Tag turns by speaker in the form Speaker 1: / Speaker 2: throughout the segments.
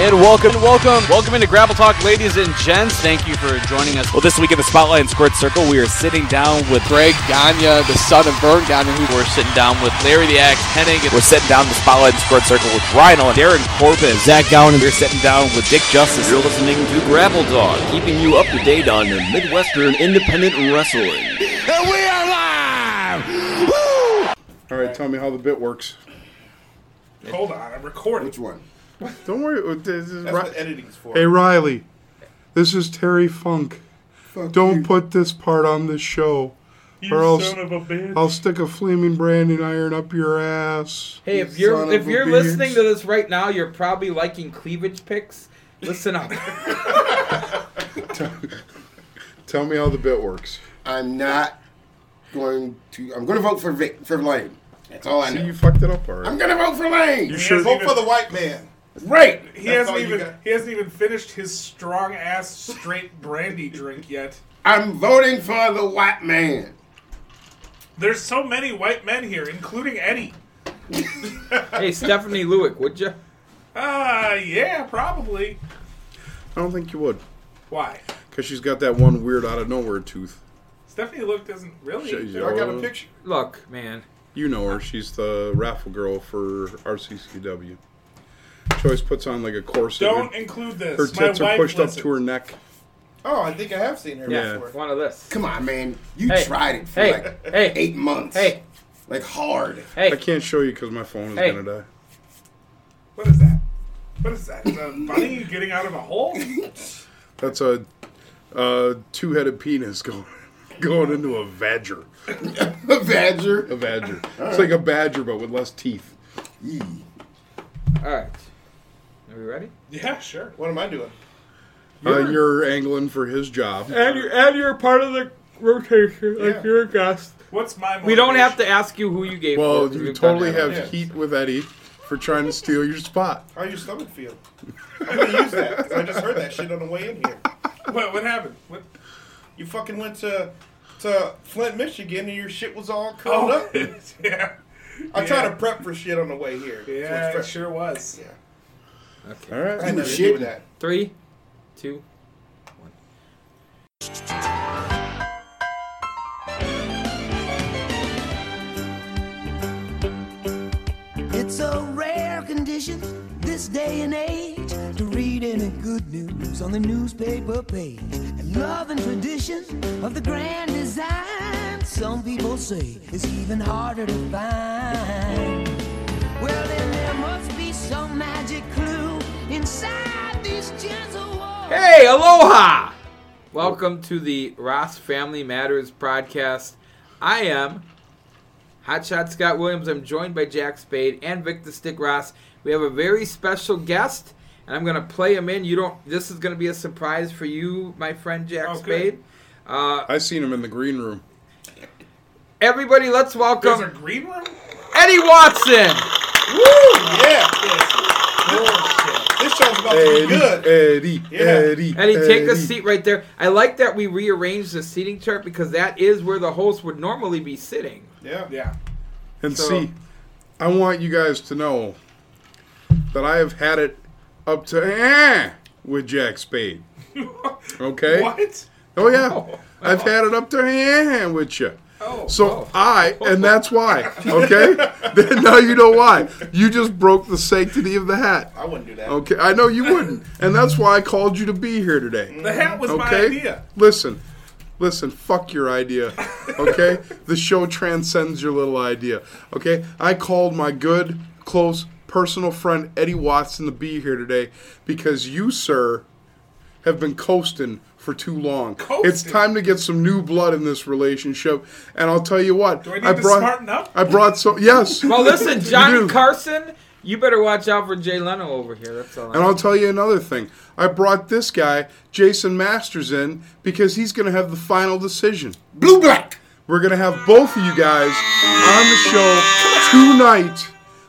Speaker 1: And welcome, and welcome, welcome into Grapple Talk, ladies and gents. Thank you for joining us.
Speaker 2: Well, this week in the Spotlight and Squared Circle, we are sitting down with
Speaker 3: Greg Gagne, the son of Vern Gagne, who
Speaker 1: We're sitting down with Larry the Axe Hennig.
Speaker 2: We're sitting down the Spotlight and Squared Circle with Ryan and Darren Corbin, Zach Gowan, and we're sitting down with Dick Justice.
Speaker 4: You're listening to Gravel Dog, keeping you up to date on the Midwestern independent wrestling.
Speaker 5: All right, tell me how the bit works.
Speaker 6: Hold on, I'm recording.
Speaker 7: one?
Speaker 5: Don't worry. uh, This is Ri-
Speaker 7: editing's for.
Speaker 5: hey, Riley. This is Terry Funk.
Speaker 7: Fuck
Speaker 5: Don't
Speaker 7: you.
Speaker 5: put this part on this show.
Speaker 6: You
Speaker 5: Or else-
Speaker 6: son of a bitch.
Speaker 5: I'll stick a flaming branding iron up your ass.
Speaker 8: Hey, if
Speaker 7: You son
Speaker 8: you're
Speaker 7: of
Speaker 8: if
Speaker 7: a
Speaker 8: you're
Speaker 7: bitch.
Speaker 8: listening to this right now, you're probably liking cleavage pics. Listen up.
Speaker 5: Tell me how the bit works.
Speaker 7: I'm not going to. I'm going to vote for Vic, for Lane. That's all I
Speaker 5: See, you
Speaker 7: know.
Speaker 5: fucked it up already.
Speaker 7: I'm going to vote for Lane.
Speaker 6: He hasn't even,
Speaker 9: white man.
Speaker 7: Right.
Speaker 6: he
Speaker 9: That's
Speaker 6: hasn't
Speaker 9: all you
Speaker 6: even
Speaker 9: got.
Speaker 6: he hasn't even finished his strong ass straight brandy drink yet.
Speaker 7: I'm voting for the white man.
Speaker 6: There's so many white men here, including Eddie.
Speaker 8: hey, Stephanie Lewick, would you?
Speaker 6: Uh yeah, probably.
Speaker 5: I don't think you would.
Speaker 6: Why?
Speaker 5: Because she's got that one weird out of nowhere tooth.
Speaker 6: Stephanie Luke doesn't really.
Speaker 5: She's-
Speaker 7: I got
Speaker 5: uh,
Speaker 7: a picture.
Speaker 8: Look, man.
Speaker 5: You know her. She's the raffle girl for RCCW. She always puts on like a corset.
Speaker 6: Don't
Speaker 5: her,
Speaker 6: include this.
Speaker 5: her
Speaker 6: My
Speaker 5: tits are
Speaker 6: wife
Speaker 5: pushed
Speaker 6: listens.
Speaker 5: up to her neck.
Speaker 9: Oh, I think I have seen her
Speaker 8: Yeah,
Speaker 5: Yeah.
Speaker 8: one of this.
Speaker 7: Come on, man. You
Speaker 8: Hey.
Speaker 7: tried it for
Speaker 8: Hey,
Speaker 7: like
Speaker 8: hey,
Speaker 7: eight months.
Speaker 8: hey,
Speaker 7: Like hard.
Speaker 8: hey.
Speaker 5: I can't show you because my phone is
Speaker 8: Hey.
Speaker 5: gonna die.
Speaker 6: What is that? What is that? Is that a bunny getting out of a hole?
Speaker 5: That's a uh, two-headed penis going going into a badger.
Speaker 7: The badger.
Speaker 5: A badger. It's like a badger but with less teeth.
Speaker 8: All right. Are we ready?
Speaker 6: yeah, sure.
Speaker 9: What am I doing?
Speaker 5: Uh, you're angling for his job.
Speaker 8: And you're and you're part of the rotation. Like
Speaker 9: Yeah.
Speaker 8: you're a guest.
Speaker 6: What's my
Speaker 8: We don't have
Speaker 6: motivation?
Speaker 8: to ask you who you gave.
Speaker 5: Well,
Speaker 8: for.
Speaker 5: you
Speaker 8: We've done
Speaker 5: totally
Speaker 8: that
Speaker 5: have
Speaker 8: already.
Speaker 9: Yeah.
Speaker 5: heat with Eddie for trying to steal your spot.
Speaker 8: Uh.
Speaker 9: How your stomach feel? I'm gonna use that. 'cause I just heard that shit on the way in here.
Speaker 6: What, what happened? What?
Speaker 9: You fucking went to to Flint, Michigan, and your shit was all curled
Speaker 6: Oh,
Speaker 9: up.
Speaker 6: yeah.
Speaker 9: I try
Speaker 6: Yeah.
Speaker 9: to prep for shit on the way here. So it's
Speaker 6: Yeah, it
Speaker 9: fresh.
Speaker 6: sure was.
Speaker 9: Yeah.
Speaker 8: Okay.
Speaker 5: All right.
Speaker 9: I never
Speaker 7: shit.
Speaker 9: knew that.
Speaker 8: Three, two.
Speaker 10: It's a rare condition this day and age to read any good news on the newspaper page. And love and tradition of the grand design, some people say, is even harder to find. Well, then there must be some magic clue inside these gentle walls.
Speaker 8: Hey, aloha! Welcome to the Ross Family Matters podcast. I am Hotshot Scott Williams. I'm joined by Jack Spade and Vic the Stick Ross. We have a very special guest, and I'm gonna play him in. You don't. This is gonna be a surprise for you, my friend Jack
Speaker 6: Oh, good.
Speaker 8: Spade.
Speaker 5: I seen him in the green room.
Speaker 8: Everybody, let's
Speaker 6: There's
Speaker 8: welcome
Speaker 6: a green room?
Speaker 8: Eddie Watson.
Speaker 9: Yeah. This show's about to be
Speaker 5: Eddie,
Speaker 9: good.
Speaker 5: Eddie,
Speaker 9: Yeah.
Speaker 5: Eddie,
Speaker 8: Eddie, take a seat right there. I like that we rearranged the seating chart because that is where the host would normally be sitting.
Speaker 9: Yeah.
Speaker 6: Yeah.
Speaker 5: And
Speaker 8: So-
Speaker 5: see, I want you guys to know that I have had it up to eh with Jack Spade. Okay?
Speaker 6: What?
Speaker 5: Oh yeah, I've had it up to hand with you.
Speaker 6: Oh.
Speaker 5: So I, and that's why. Okay, Then now you know why. You just broke the sanctity of the hat.
Speaker 9: I wouldn't do that.
Speaker 5: Okay, I know you wouldn't, and that's why I called you to be here today.
Speaker 6: The hat was my
Speaker 5: Okay,
Speaker 6: idea.
Speaker 5: listen, listen. Fuck your idea. Okay, the show transcends your little idea. Okay, I called my good, close, personal friend Eddie Watson to be here today because you, sir, have been coasting for too long. It's
Speaker 6: Coasting?
Speaker 5: time to get some new blood in this relationship. And I'll tell you what,
Speaker 6: Do I need to smarten up?
Speaker 5: I brought some. Yes.
Speaker 8: Well, listen,
Speaker 5: do.
Speaker 8: Johnny Carson, you better watch out for Jay Leno over here. That's all.
Speaker 5: And
Speaker 8: I
Speaker 5: I'll tell you another thing. I brought this guy, Jason Masters, in because he's going to have the final decision.
Speaker 7: Blue black.
Speaker 5: We're going to have both of you guys on the show tonight.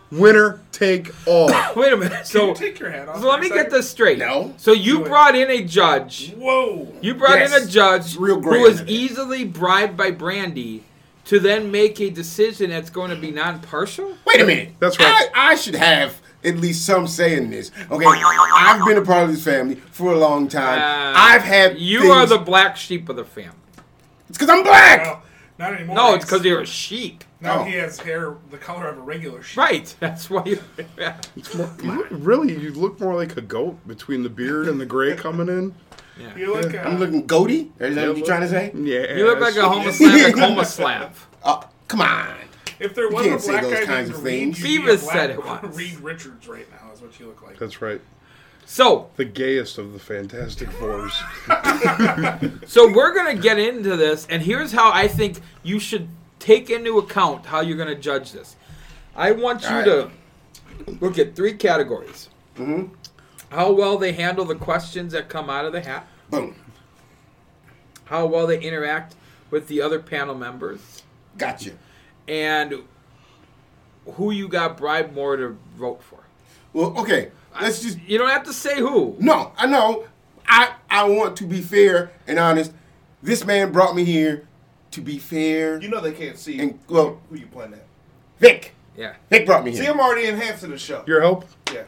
Speaker 5: Winner take all.
Speaker 8: Wait a minute.
Speaker 6: Can
Speaker 8: So,
Speaker 6: you take your hat off.
Speaker 8: so let
Speaker 6: for
Speaker 8: me
Speaker 6: a
Speaker 8: get
Speaker 6: second?
Speaker 8: this straight.
Speaker 7: No.
Speaker 8: So you brought in a judge.
Speaker 6: Whoa.
Speaker 8: You brought in
Speaker 7: Yes.
Speaker 8: a judge
Speaker 7: real
Speaker 8: who
Speaker 7: grand
Speaker 8: was
Speaker 7: of it.
Speaker 8: easily bribed by Brandy to then make a decision that's going to be non-partial.
Speaker 7: Wait a minute.
Speaker 5: That's right.
Speaker 7: I, I should have at least some say in this. Okay, I've been a part of this family for a long time. I've had
Speaker 8: Uh, You
Speaker 7: things-
Speaker 8: are the black sheep of the family.
Speaker 7: It's because I'm black.
Speaker 6: Well, not anymore.
Speaker 8: No, it's because you're a sheep.
Speaker 6: now
Speaker 7: No.
Speaker 6: he has hair the color of a regular sheep.
Speaker 8: Right. That's why you.
Speaker 5: It's more, you look- really, you look more like a goat between the beard and the gray coming in.
Speaker 6: You look. Uh,
Speaker 7: I'm looking goaty. Is that what you're trying to say?
Speaker 5: Yeah.
Speaker 8: You look like a homoslavic homoslav.
Speaker 7: Oh, come on.
Speaker 6: if there was
Speaker 7: can't
Speaker 6: a
Speaker 7: say
Speaker 6: black
Speaker 7: those
Speaker 6: guy
Speaker 7: kinds
Speaker 6: named
Speaker 7: of
Speaker 6: Reed,
Speaker 7: things.
Speaker 6: you'd be a
Speaker 8: Beavis
Speaker 6: black-
Speaker 8: said it once.
Speaker 6: Reed Richards right now is what you look like.
Speaker 5: That's right.
Speaker 8: So,
Speaker 5: The gayest of the Fantastic Fours.
Speaker 8: so we're gonna get into this, and here's how I think you should take into account how you're gonna judge this. I want you to look at three categories: how well they handle the questions that come out of the hat,
Speaker 7: Boom.
Speaker 8: how well they interact with the other panel members,
Speaker 7: Gotcha.
Speaker 8: and who you got bribed more to vote for.
Speaker 7: Well, okay. Let's just
Speaker 8: You don't have to say who.
Speaker 7: No, I know. I I want to be fair and honest. This man brought me here to be fair.
Speaker 9: You know they can't see
Speaker 7: And, well-
Speaker 9: who you playing at.
Speaker 7: Vic.
Speaker 8: Yeah.
Speaker 7: Vic brought me
Speaker 9: See,
Speaker 7: here.
Speaker 9: I'm already enhancing the show.
Speaker 5: Your help?
Speaker 9: yeah.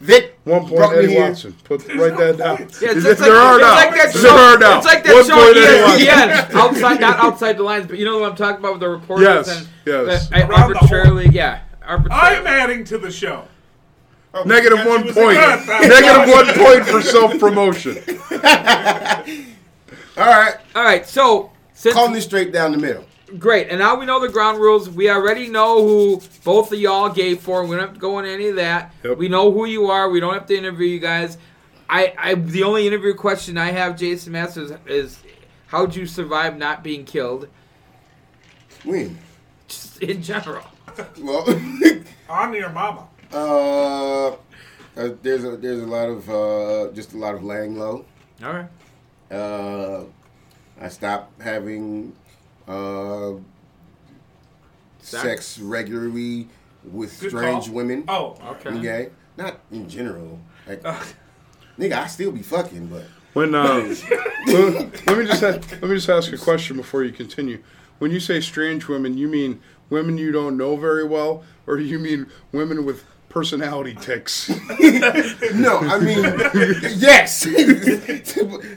Speaker 7: Vic
Speaker 5: One point,
Speaker 7: brought me
Speaker 5: Eddie
Speaker 7: here.
Speaker 5: Watson. Put write that down.
Speaker 8: Yeah, it's,
Speaker 5: There
Speaker 8: it's like,
Speaker 5: are
Speaker 8: it's
Speaker 5: now.
Speaker 8: like that
Speaker 5: There
Speaker 8: show.
Speaker 5: are now.
Speaker 8: It's like that
Speaker 5: One
Speaker 8: show on
Speaker 5: point,
Speaker 8: E
Speaker 5: Eddie Watson.
Speaker 8: ESPN, outside, not outside the lines, but you know what I'm talking about with the reporters
Speaker 5: Yes,
Speaker 8: and
Speaker 5: yes.
Speaker 8: the, I
Speaker 6: Around the
Speaker 8: arbitrarily, yeah, arbitrarily.
Speaker 6: I'm adding to the show.
Speaker 5: Negative
Speaker 9: Because
Speaker 5: one
Speaker 9: he was
Speaker 5: point.
Speaker 9: a-
Speaker 5: Negative one point for self promotion.
Speaker 7: All right,
Speaker 8: All right, so since
Speaker 7: calling this straight down the middle.
Speaker 8: great, and now we know the ground rules. We already know who both of y'all gave for. We don't have to go into any of that.
Speaker 5: Yep.
Speaker 8: We know who you are. We don't have to interview you guys. I, I the only interview question I have, Jason Masters, is how'd you survive not being killed?
Speaker 7: When?
Speaker 8: Just in general.
Speaker 7: Well,
Speaker 6: On your mama.
Speaker 7: uh, uh, there's a there's a lot of uh, just a lot of laying low.
Speaker 8: All right.
Speaker 7: Uh, I stopped having uh,
Speaker 8: Sex?
Speaker 7: sex? regularly with
Speaker 6: Good
Speaker 7: strange
Speaker 6: call.
Speaker 7: women.
Speaker 6: Oh, okay.
Speaker 8: Okay.
Speaker 7: Okay. Not in general. Like, nigga, I still be fucking, but
Speaker 5: When uh, let, let me just a- let me just ask a question before you continue. When you say strange women, you mean women you don't know very well, or you mean women with personality ticks?
Speaker 7: no, I mean, yes,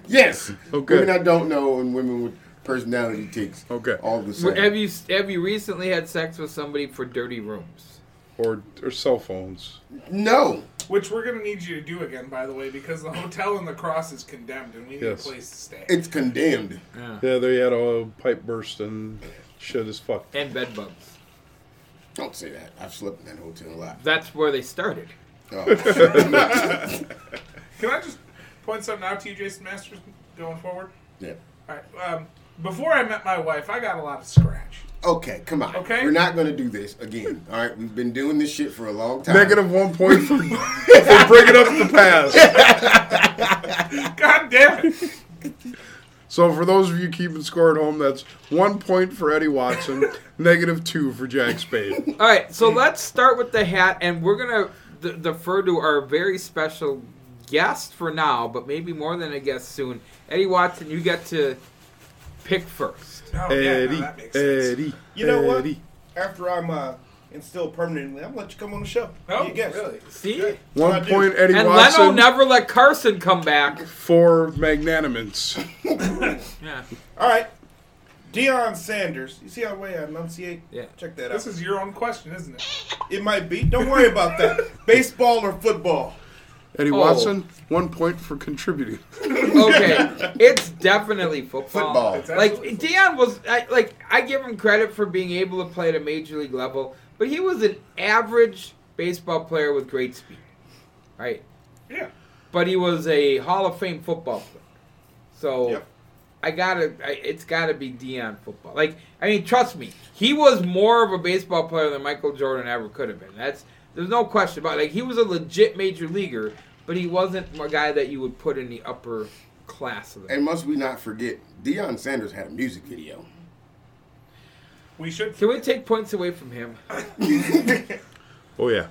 Speaker 7: yes.
Speaker 5: Okay.
Speaker 7: Women I don't know and women with personality ticks.
Speaker 5: Okay.
Speaker 7: All the same.
Speaker 8: Have you have you recently had sex with somebody for dirty rooms?
Speaker 5: or or cell phones?
Speaker 7: no.
Speaker 6: Which we're gonna need you to do again, by the way, because the hotel in the cross is condemned, and we need
Speaker 5: Yes.
Speaker 6: a place to stay.
Speaker 7: It's condemned.
Speaker 5: Yeah, they had a pipe burst and shit is fucked.
Speaker 8: And bed bugs.
Speaker 7: Don't say that. I've slept in that hotel a lot.
Speaker 8: That's where they started.
Speaker 7: Oh.
Speaker 6: Can I just point something out to you, Jason Masters, going forward?
Speaker 7: yeah.
Speaker 6: All right. Um, before I met my wife, I got a lot of scratch.
Speaker 7: Okay, come on.
Speaker 6: Okay.
Speaker 7: We're not gonna do this again. All right, we've been doing this shit for a long time.
Speaker 5: Negative one point for, for bringing up the past.
Speaker 6: God damn it!
Speaker 5: So for those of you keeping score at home, that's one point for Eddie Watson, negative two for Jack Spade.
Speaker 8: All right, so let's start with the hat, and we're gonna d- defer to our very special guest for now, but maybe more than a guest soon. Eddie Watson, you get to pick first.
Speaker 6: Oh, yeah,
Speaker 5: Eddie,
Speaker 6: no, that makes sense.
Speaker 5: Eddie,
Speaker 9: You know what?
Speaker 5: Eddie.
Speaker 9: After I'm uh, instilled permanently, I'm gonna let you come on the show.
Speaker 6: Oh,
Speaker 9: you guess.
Speaker 6: really?
Speaker 8: See,
Speaker 5: One point Eddie
Speaker 8: and
Speaker 5: Watson
Speaker 8: Leno never let Carson come back.
Speaker 5: for magnanimous.
Speaker 8: Yeah,
Speaker 9: All right. Deion Sanders. You see how way I enunciate?
Speaker 8: Yeah.
Speaker 9: Check that out.
Speaker 6: This is your own question, isn't it?
Speaker 9: it might be. Don't worry about that. Baseball or football.
Speaker 5: Eddie
Speaker 8: Oh.
Speaker 5: Watson, one point for contributing.
Speaker 8: okay, it's definitely football.
Speaker 7: Football.
Speaker 6: It's absolutely
Speaker 8: Like Dion was, I, like I give him credit for being able to play at a major league level, but he was an average baseball player with great speed, right?
Speaker 6: Yeah.
Speaker 8: But he was a Hall of Fame football player, so
Speaker 9: Yep.
Speaker 8: I gotta, I, it's gotta be Dion football. Like I mean, trust me, he was more of a baseball player than Michael Jordan ever could have been. That's there's no question about. It. Like he was a legit major leaguer, but he wasn't a guy that you would put in the upper class of the.
Speaker 7: And must we not forget, Deion Sanders had a music video.
Speaker 6: We should.
Speaker 8: Can we take points away from him?
Speaker 5: Oh yeah,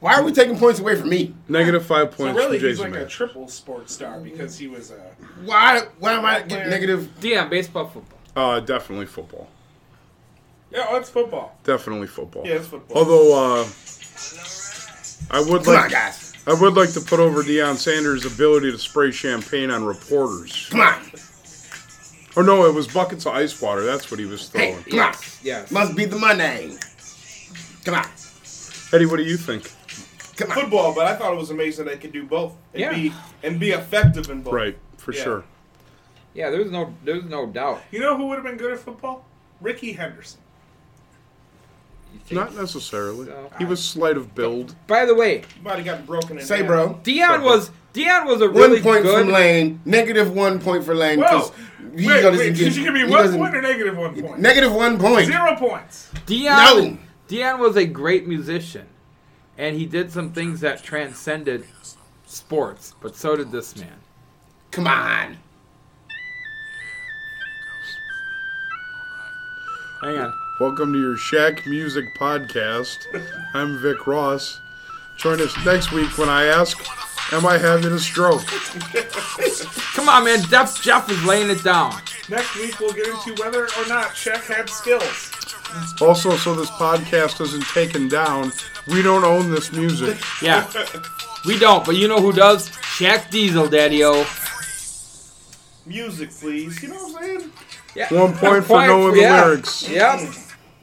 Speaker 7: Why are we taking points away from me?
Speaker 5: negative five
Speaker 6: So
Speaker 5: points
Speaker 6: really,
Speaker 5: for
Speaker 6: he's
Speaker 5: Jason.
Speaker 6: like a
Speaker 5: Mayer.
Speaker 6: triple sports star because he was uh, a.
Speaker 7: Why? Why am I getting negative?
Speaker 8: Dion, baseball, football.
Speaker 5: uh, definitely football.
Speaker 6: Yeah, oh, it's football.
Speaker 5: Definitely football.
Speaker 9: Yeah, it's football.
Speaker 5: Although uh, I would
Speaker 7: Come
Speaker 5: like
Speaker 7: on, guys.
Speaker 5: I would like to put over Deion Sanders' ability to spray champagne on reporters.
Speaker 7: Come on.
Speaker 5: Oh no, it was buckets of ice water. That's what he was
Speaker 7: Hey,
Speaker 5: throwing.
Speaker 7: come on.
Speaker 8: Yes.
Speaker 7: Must be the money. Come on.
Speaker 5: Eddie, what do you think?
Speaker 7: Come on.
Speaker 9: Football, but I thought it was amazing they could do both and
Speaker 8: Yeah.
Speaker 9: be and be effective in both.
Speaker 5: Right, for
Speaker 9: Yeah.
Speaker 5: sure.
Speaker 8: Yeah, there's no there's no doubt.
Speaker 6: You know who would have been good at football? Ricky Henderson.
Speaker 8: You think-
Speaker 5: Not necessarily.
Speaker 8: So-
Speaker 5: He was slight of build.
Speaker 8: By the way,
Speaker 9: You might have gotten broken in
Speaker 7: Say,
Speaker 9: half.
Speaker 7: bro.
Speaker 8: Dion was Dion was a
Speaker 7: One
Speaker 8: really
Speaker 7: point
Speaker 8: good
Speaker 7: from Lane. Negative one point for Lane.
Speaker 6: Whoa!
Speaker 7: 'cause
Speaker 6: Wait,
Speaker 7: he
Speaker 6: wait,
Speaker 7: doesn't
Speaker 6: did
Speaker 7: get-
Speaker 6: you give me
Speaker 7: he
Speaker 6: one
Speaker 7: doesn't-
Speaker 6: point or negative one point?
Speaker 7: Negative one point.
Speaker 6: Zero points.
Speaker 8: Dion
Speaker 7: No.
Speaker 8: Dion was a great musician, and he did some things that transcended sports. But so did this man.
Speaker 7: Come on.
Speaker 8: Hang on.
Speaker 5: Welcome to your Shack Music Podcast. I'm Vic Ross. Join us next week when I ask, Am I having a stroke?
Speaker 8: Come on, man. Jeff Jeff is laying it down.
Speaker 6: Next week we'll get into whether or not Shaq had skills.
Speaker 5: Also, so this podcast isn't taken down, we don't own this music.
Speaker 8: Yeah. We don't, but you know who does? Shaq Diesel, Daddy O.
Speaker 9: Music, please. You know what I'm saying?
Speaker 8: Yeah.
Speaker 5: One point for knowing the lyrics.
Speaker 8: Yep.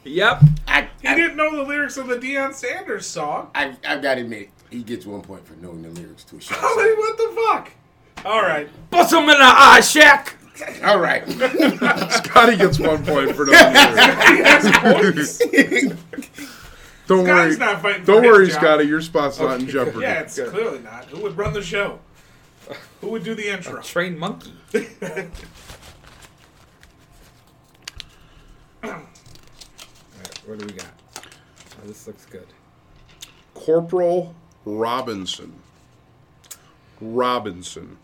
Speaker 8: Yep.
Speaker 7: I,
Speaker 6: He
Speaker 7: I,
Speaker 6: didn't know the lyrics of the Deion Sanders song.
Speaker 7: I, I've got to admit, he gets one point for knowing the lyrics to a shot.
Speaker 6: I was like, what the fuck? All right.
Speaker 8: Bust him in the eye, Shaq.
Speaker 7: All right.
Speaker 5: Scotty gets one point for no lyrics. Don't
Speaker 6: Scotty's
Speaker 5: worry.
Speaker 6: not fighting for
Speaker 5: Don't
Speaker 6: his
Speaker 5: worry,
Speaker 6: job.
Speaker 5: Scotty. Your spot's not in jeopardy.
Speaker 6: Yeah, it's clearly not. Who would run the show? Who would do the intro?
Speaker 8: Trained monkey. Alright, what do we got? Oh, this looks good.
Speaker 5: Corporal Robinson. Robinson.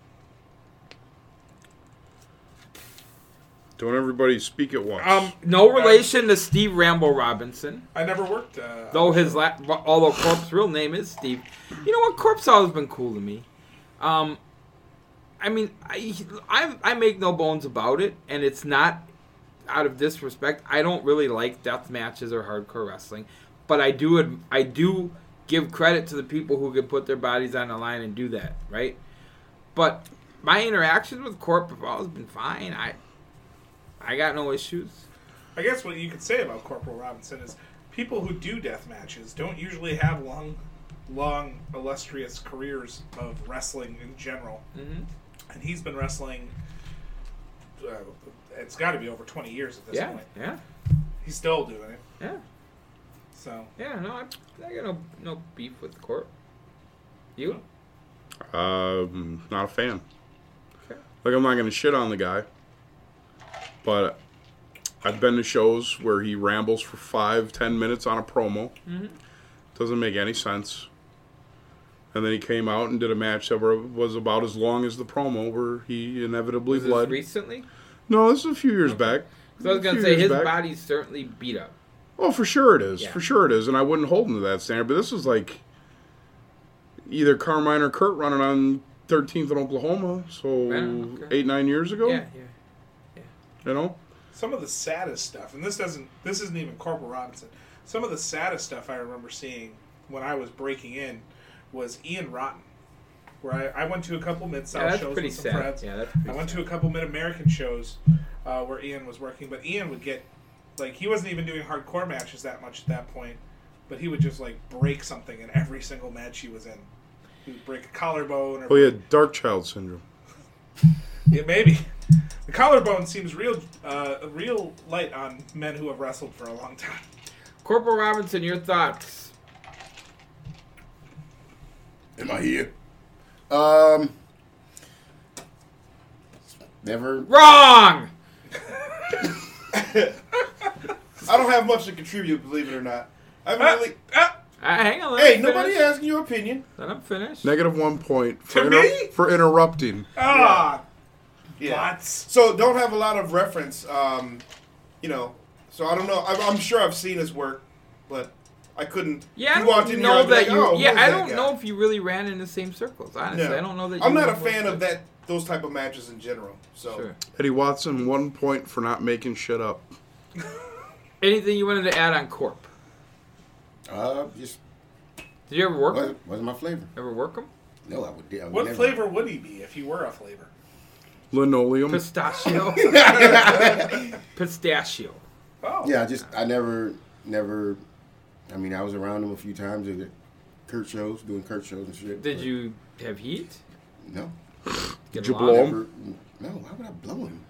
Speaker 5: Don't everybody speak at once.
Speaker 6: Um,
Speaker 8: No relation to Steve Rambo Robinson,
Speaker 6: I never worked. Uh,
Speaker 8: though his la- although Corp's real name is Steve. You know what? Corp's always been cool to me. Um, I mean, I, I I make no bones about it, and it's not out of disrespect. I don't really like death matches or hardcore wrestling, but I do ad- I do give credit to the people who can put their bodies on the line and do that, right? But my interactions with Corp have always been fine. I I got no issues.
Speaker 6: I guess what you could say about Corporal Robinson is people who do death matches don't usually have long, long illustrious careers of wrestling in general. Mm-hmm. And he's been wrestling. Uh, it's got to be over twenty years at this
Speaker 8: Yeah,
Speaker 6: point.
Speaker 8: yeah,
Speaker 6: He's still doing it.
Speaker 8: yeah.
Speaker 6: So
Speaker 8: Yeah, no, I, I got no, no beef with the court. You?
Speaker 5: Um, not a fan.
Speaker 8: Okay.
Speaker 5: Like I'm not gonna shit on the guy, but I've been to shows where he rambles for five, ten minutes on a promo.
Speaker 8: Mm-hmm.
Speaker 5: Doesn't make any sense. And then he came out and did a match that were- was about as long as the promo, where he inevitably
Speaker 8: Was this
Speaker 5: bled.
Speaker 8: recently?
Speaker 5: no, this is a few years back.
Speaker 8: So I was
Speaker 5: A
Speaker 8: gonna
Speaker 5: few
Speaker 8: say
Speaker 5: years
Speaker 8: his
Speaker 5: back.
Speaker 8: body's certainly beat up.
Speaker 5: Oh, for sure it is.
Speaker 8: Yeah.
Speaker 5: For sure it is. And I wouldn't hold him to that standard. But this was like either Carmine or Kurt running on 13th in Oklahoma. So
Speaker 8: Yeah, okay.
Speaker 5: eight, nine years ago.
Speaker 8: Yeah, yeah.
Speaker 5: You know?
Speaker 6: some of the saddest stuff, and this doesn't, this isn't even Corporal Robinson. Some of the saddest stuff I remember seeing when I was breaking in was Ian Rotten, where I, I went to a couple mid
Speaker 8: Yeah,
Speaker 6: South
Speaker 8: that's
Speaker 6: shows
Speaker 8: pretty
Speaker 6: with some
Speaker 8: sad.
Speaker 6: friends.
Speaker 8: Yeah, that's pretty
Speaker 6: I went
Speaker 8: sad.
Speaker 6: to a couple mid American shows uh, where Ian was working, but Ian would get like he wasn't even doing hardcore matches that much at that point, but he would just like break something in every single match he was in. He would break a collarbone or
Speaker 5: Well, he had Oh, dark child syndrome.
Speaker 6: yeah, maybe. The collarbone seems real, uh, real light on men who have wrestled for a long time.
Speaker 8: Corporal Robinson, your thoughts?
Speaker 7: Am I here? Um. Never.
Speaker 8: Wrong.
Speaker 9: I don't have much to contribute, believe it or not. I haven't really.
Speaker 6: Ah,
Speaker 8: Uh, hang on. Let
Speaker 9: Hey,
Speaker 8: me
Speaker 9: nobody
Speaker 8: finish.
Speaker 9: asking your opinion.
Speaker 8: Let him finish.
Speaker 5: Negative one point for,
Speaker 6: To
Speaker 5: inter-
Speaker 6: me?
Speaker 5: for interrupting.
Speaker 6: Ah,
Speaker 9: Yeah.
Speaker 6: bots.
Speaker 9: So don't have a lot of reference, um, you know. So I don't know. I'm, I'm sure I've seen his work, but I couldn't.
Speaker 8: Yeah, I
Speaker 9: he walked
Speaker 8: don't
Speaker 9: in here,
Speaker 8: know
Speaker 9: I'd be
Speaker 8: that
Speaker 9: like,
Speaker 8: you.
Speaker 9: "Oh,
Speaker 8: yeah,
Speaker 9: who's
Speaker 8: I
Speaker 9: that
Speaker 8: don't
Speaker 9: guy?"
Speaker 8: know if you really ran in the same circles. Honestly,
Speaker 9: No.
Speaker 8: I don't know that.
Speaker 9: I'm
Speaker 8: you
Speaker 9: not a
Speaker 8: were-
Speaker 9: fan of that those type of matches in general. So
Speaker 8: Sure.
Speaker 5: Eddie Watson, one point for not making shit up.
Speaker 8: Anything you wanted to add on Corp?
Speaker 7: Uh, just
Speaker 8: Did you ever work
Speaker 7: What?
Speaker 8: them?
Speaker 7: Wasn't my flavor.
Speaker 8: Ever work them?
Speaker 7: No, I would. I would
Speaker 6: What
Speaker 7: never.
Speaker 6: flavor would he be if he were a flavor?
Speaker 5: Linoleum.
Speaker 8: Pistachio. Pistachio.
Speaker 6: Oh,
Speaker 7: Yeah, I just I never never. I mean, I was around him a few times at Kurt shows, doing Kurt shows and shit.
Speaker 8: Did
Speaker 7: but
Speaker 8: you have heat?
Speaker 7: No.
Speaker 8: Get
Speaker 5: Did you
Speaker 8: along?
Speaker 5: blow 'em?
Speaker 7: Never, no. Why would I blow him?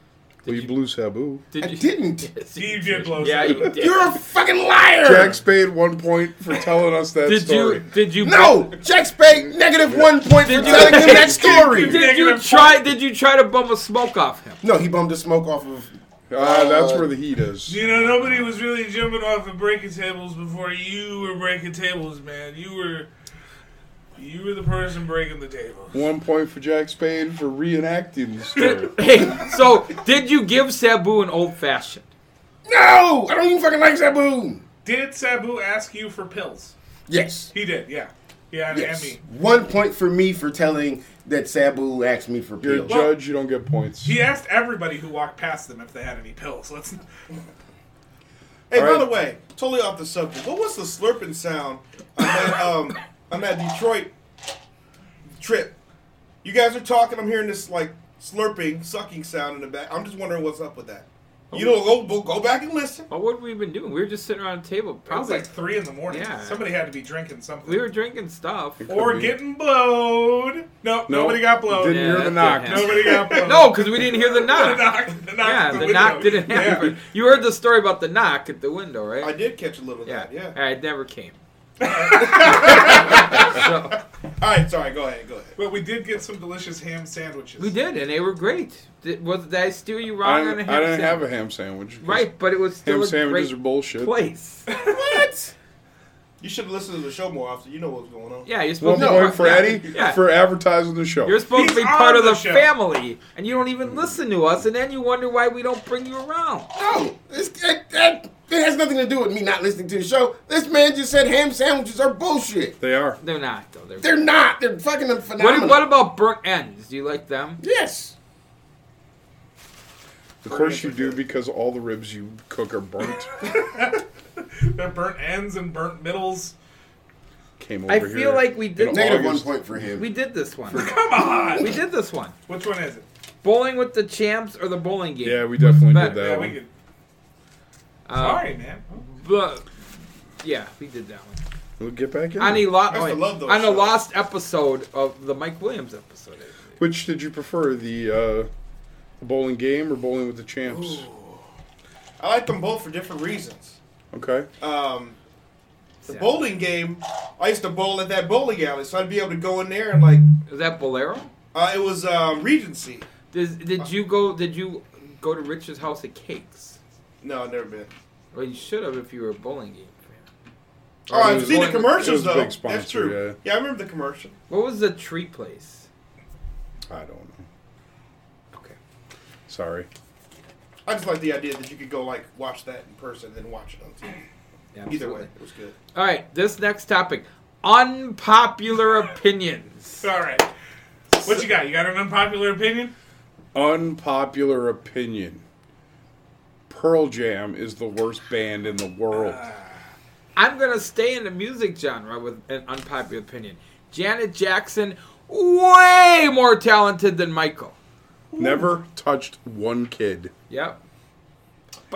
Speaker 5: Well, you blew Sabu.
Speaker 8: Did
Speaker 7: I
Speaker 8: you?
Speaker 7: didn't.
Speaker 8: Yes,
Speaker 6: You did blow
Speaker 8: Yeah,
Speaker 6: some.
Speaker 8: you did.
Speaker 7: You're a fucking liar.
Speaker 5: Jack Spade, one point for telling us that
Speaker 8: did
Speaker 5: story.
Speaker 8: you? Did you?
Speaker 7: no, Jack Spade, negative one point for
Speaker 8: Did you-
Speaker 7: telling him that story.
Speaker 8: Did you
Speaker 6: Negative
Speaker 8: try? Did you try to bum a smoke off him?
Speaker 7: No, he bummed the smoke off of.
Speaker 5: Ah, that's
Speaker 8: Oh.
Speaker 5: where the heat is.
Speaker 6: You know, nobody was really jumping off of breaking tables before you were breaking tables, man. You were, you were the person breaking the table.
Speaker 5: One point for Jack Spade for reenacting the story.
Speaker 8: Hey, so did you give Sabu an old fashioned?
Speaker 7: No, I don't even fucking like Sabu.
Speaker 6: Did Sabu ask you for pills?
Speaker 7: Yes.
Speaker 6: He did, yeah, yeah, and
Speaker 7: Yes.
Speaker 6: Emmy.
Speaker 7: One point for me for telling that Sabu asked me for
Speaker 5: You're a
Speaker 7: pills.
Speaker 5: judge, you don't get points.
Speaker 6: He asked everybody who walked past them if they had any pills. Let's.
Speaker 9: Hey, by
Speaker 5: All right.
Speaker 9: the way, totally off the subject. What was the slurping sound on that, um, on that Detroit trip? You guys are talking. I'm hearing this like slurping, sucking sound in the back. I'm just wondering what's up with that. You
Speaker 8: Oh.
Speaker 9: know, go go- go back and listen.
Speaker 8: Well, what have we been doing? We were just sitting around a table.
Speaker 6: It was
Speaker 8: Probably.
Speaker 6: like three in the morning.
Speaker 8: Yeah.
Speaker 6: Somebody had to be drinking something.
Speaker 8: we were drinking stuff.
Speaker 6: or getting blown. No, nobody got blown.
Speaker 5: Didn't hear the
Speaker 8: that
Speaker 5: knock.
Speaker 8: didn't happen.
Speaker 6: Nobody got blown.
Speaker 8: No, because we didn't hear the
Speaker 6: the
Speaker 8: knock.
Speaker 6: knock. The knock.
Speaker 8: Yeah,
Speaker 6: at
Speaker 8: the,
Speaker 6: window.
Speaker 8: knock didn't
Speaker 6: Yeah.
Speaker 8: happen. You heard the story about the knock at the window, right?
Speaker 9: I did catch a little of
Speaker 8: yeah,
Speaker 9: that. Yeah.
Speaker 8: it never came. so,
Speaker 9: All right. Sorry. Go ahead. Go ahead.
Speaker 6: But we did get some delicious ham sandwiches.
Speaker 8: we did, and they were great. Did, was did I steer you
Speaker 5: I
Speaker 8: wrong on a
Speaker 5: didn't,
Speaker 8: ham
Speaker 5: I didn't have a
Speaker 8: sandwich?
Speaker 5: ham sandwich. 'cause
Speaker 8: Right, but it was still
Speaker 5: Ham
Speaker 8: a
Speaker 5: sandwiches are
Speaker 8: great
Speaker 5: bullshit.
Speaker 8: place.
Speaker 9: You should listen to the show more often. You know what's going on.
Speaker 8: Yeah, you're supposed
Speaker 5: One
Speaker 8: to be
Speaker 5: point
Speaker 8: part-
Speaker 5: for
Speaker 8: yeah,
Speaker 5: Eddie
Speaker 8: Yeah.
Speaker 5: for advertising the show.
Speaker 8: You're supposed to
Speaker 6: He's
Speaker 8: be part
Speaker 6: on
Speaker 8: of the,
Speaker 6: the show.
Speaker 8: family, and you don't even listen to us, and then you wonder why we don't bring you around.
Speaker 7: No, it's, it, it, it has nothing to do with me not listening to the show. This man just said ham sandwiches are bullshit.
Speaker 5: they are.
Speaker 8: They're not, though. They're,
Speaker 7: They're not. They're fucking
Speaker 8: what,
Speaker 7: phenomenal.
Speaker 8: what about burnt ends? Do you like them?
Speaker 7: yes.
Speaker 5: Of course you do because all the ribs you cook are burnt.
Speaker 6: They're burnt ends and burnt middles.
Speaker 5: Came over
Speaker 8: I
Speaker 5: here.
Speaker 8: feel like we did.
Speaker 5: in
Speaker 7: Negative
Speaker 5: August.
Speaker 7: one point for him.
Speaker 8: We did this one.
Speaker 6: Come on.
Speaker 8: we did this one.
Speaker 6: Which one is it?
Speaker 8: Bowling with the champs or the bowling game?
Speaker 5: Yeah, we definitely
Speaker 8: But-
Speaker 5: did that
Speaker 6: Yeah,
Speaker 5: one.
Speaker 6: we could.
Speaker 8: Uh,
Speaker 6: Sorry, man.
Speaker 8: But yeah, we did that one.
Speaker 5: We'll get back in.
Speaker 8: On a lo-
Speaker 9: I used to love those
Speaker 8: on a
Speaker 9: shows.
Speaker 8: lost episode of the Mike Williams episode.
Speaker 5: Which did you prefer, the uh, the bowling game or bowling with the champs?
Speaker 9: I like them both for different reasons.
Speaker 5: Okay.
Speaker 9: Um, the
Speaker 8: Yeah.
Speaker 9: bowling game. I used to bowl at that bowling alley, so I'd be able to go in there and like
Speaker 8: Is that Bolero?
Speaker 9: uh, it was um, Regency.
Speaker 8: Did, did you go? Did you go to Richard's house at Cakes?
Speaker 9: No, I've never
Speaker 5: Oh,
Speaker 9: been.
Speaker 8: Well, you should have if you were a bowling game fan.
Speaker 9: Oh,
Speaker 5: it
Speaker 9: I've
Speaker 5: was
Speaker 9: seen the
Speaker 5: one- it
Speaker 9: commercials
Speaker 5: was a
Speaker 9: though.
Speaker 5: big sponsor,
Speaker 9: That's true. Yeah. I remember the commercial.
Speaker 8: What was the tree place?
Speaker 5: I don't know.
Speaker 8: Okay.
Speaker 5: Sorry.
Speaker 9: I just like the idea that you could go like watch that in person, then watch it on TV.
Speaker 8: Yeah,
Speaker 9: Either
Speaker 8: absolutely.
Speaker 9: way, it was good.
Speaker 8: All right. This next topic: unpopular opinions.
Speaker 6: All right. What you got? You got an unpopular opinion?
Speaker 5: Unpopular opinion. Pearl Jam is the worst band in the world.
Speaker 8: I'm gonna stay in the music genre with an unpopular opinion. Janet Jackson, way more talented than Michael.
Speaker 5: Never touched one kid.
Speaker 8: Yep,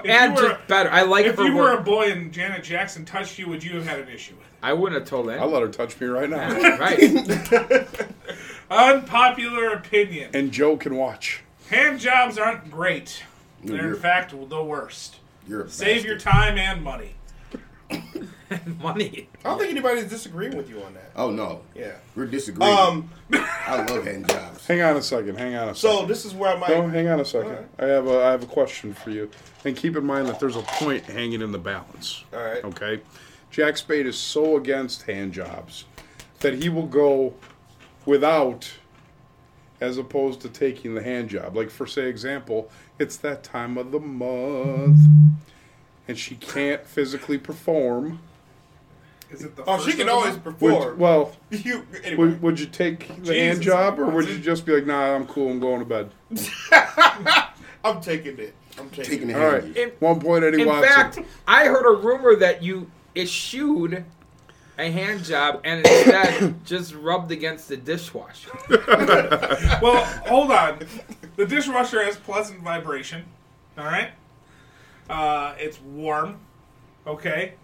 Speaker 6: If
Speaker 8: and
Speaker 6: you were,
Speaker 8: just better. I like
Speaker 6: if
Speaker 8: her
Speaker 6: you were a
Speaker 8: work.
Speaker 6: boy and Janet Jackson touched you, would you have had an issue with it?
Speaker 8: I wouldn't have told
Speaker 5: I'll
Speaker 8: that.
Speaker 5: let her touch me right now.
Speaker 8: Right.
Speaker 6: Unpopular opinion.
Speaker 5: and Joe can watch.
Speaker 6: Hand jobs aren't great. They're in
Speaker 7: you're-
Speaker 6: fact the worst.
Speaker 7: You're a
Speaker 6: Save
Speaker 7: bastard.
Speaker 6: your time and money.
Speaker 8: Money.
Speaker 9: I don't think anybody's disagreeing with you on that.
Speaker 7: Oh no.
Speaker 9: Yeah.
Speaker 7: We're disagreeing.
Speaker 9: Um.
Speaker 7: I love hand jobs.
Speaker 5: Hang on a second. Hang on a
Speaker 9: So
Speaker 5: second.
Speaker 9: this is where I might.
Speaker 5: no, Oh, hang on a second. I have a I have a question for you. And keep in mind that there's a point hanging in the balance.
Speaker 9: All right.
Speaker 5: Okay. Jack Spade is so against hand jobs that he will go without as opposed to taking the hand job. Like for say example, it's that time of the month and she can't physically perform.
Speaker 6: Is it the
Speaker 9: Oh,
Speaker 6: first
Speaker 9: she can
Speaker 6: of
Speaker 9: always
Speaker 6: them?
Speaker 5: Would-
Speaker 9: perform.
Speaker 5: well,
Speaker 9: you anyway.
Speaker 5: would, would you take the hand
Speaker 9: Jesus.
Speaker 5: job or would you just be like, "Nah, I'm cool. I'm going to bed."
Speaker 9: I'm taking it. I'm taking,
Speaker 7: Taking the
Speaker 9: it.
Speaker 5: All
Speaker 7: hand.
Speaker 5: right.
Speaker 8: In-
Speaker 5: One point Eddie
Speaker 8: In
Speaker 5: Watson.
Speaker 8: fact, I heard a rumor that you eschewed a hand job and instead just rubbed against the dishwasher.
Speaker 6: well, hold on. The dishwasher has pleasant vibration. All right. Uh, it's warm. Okay.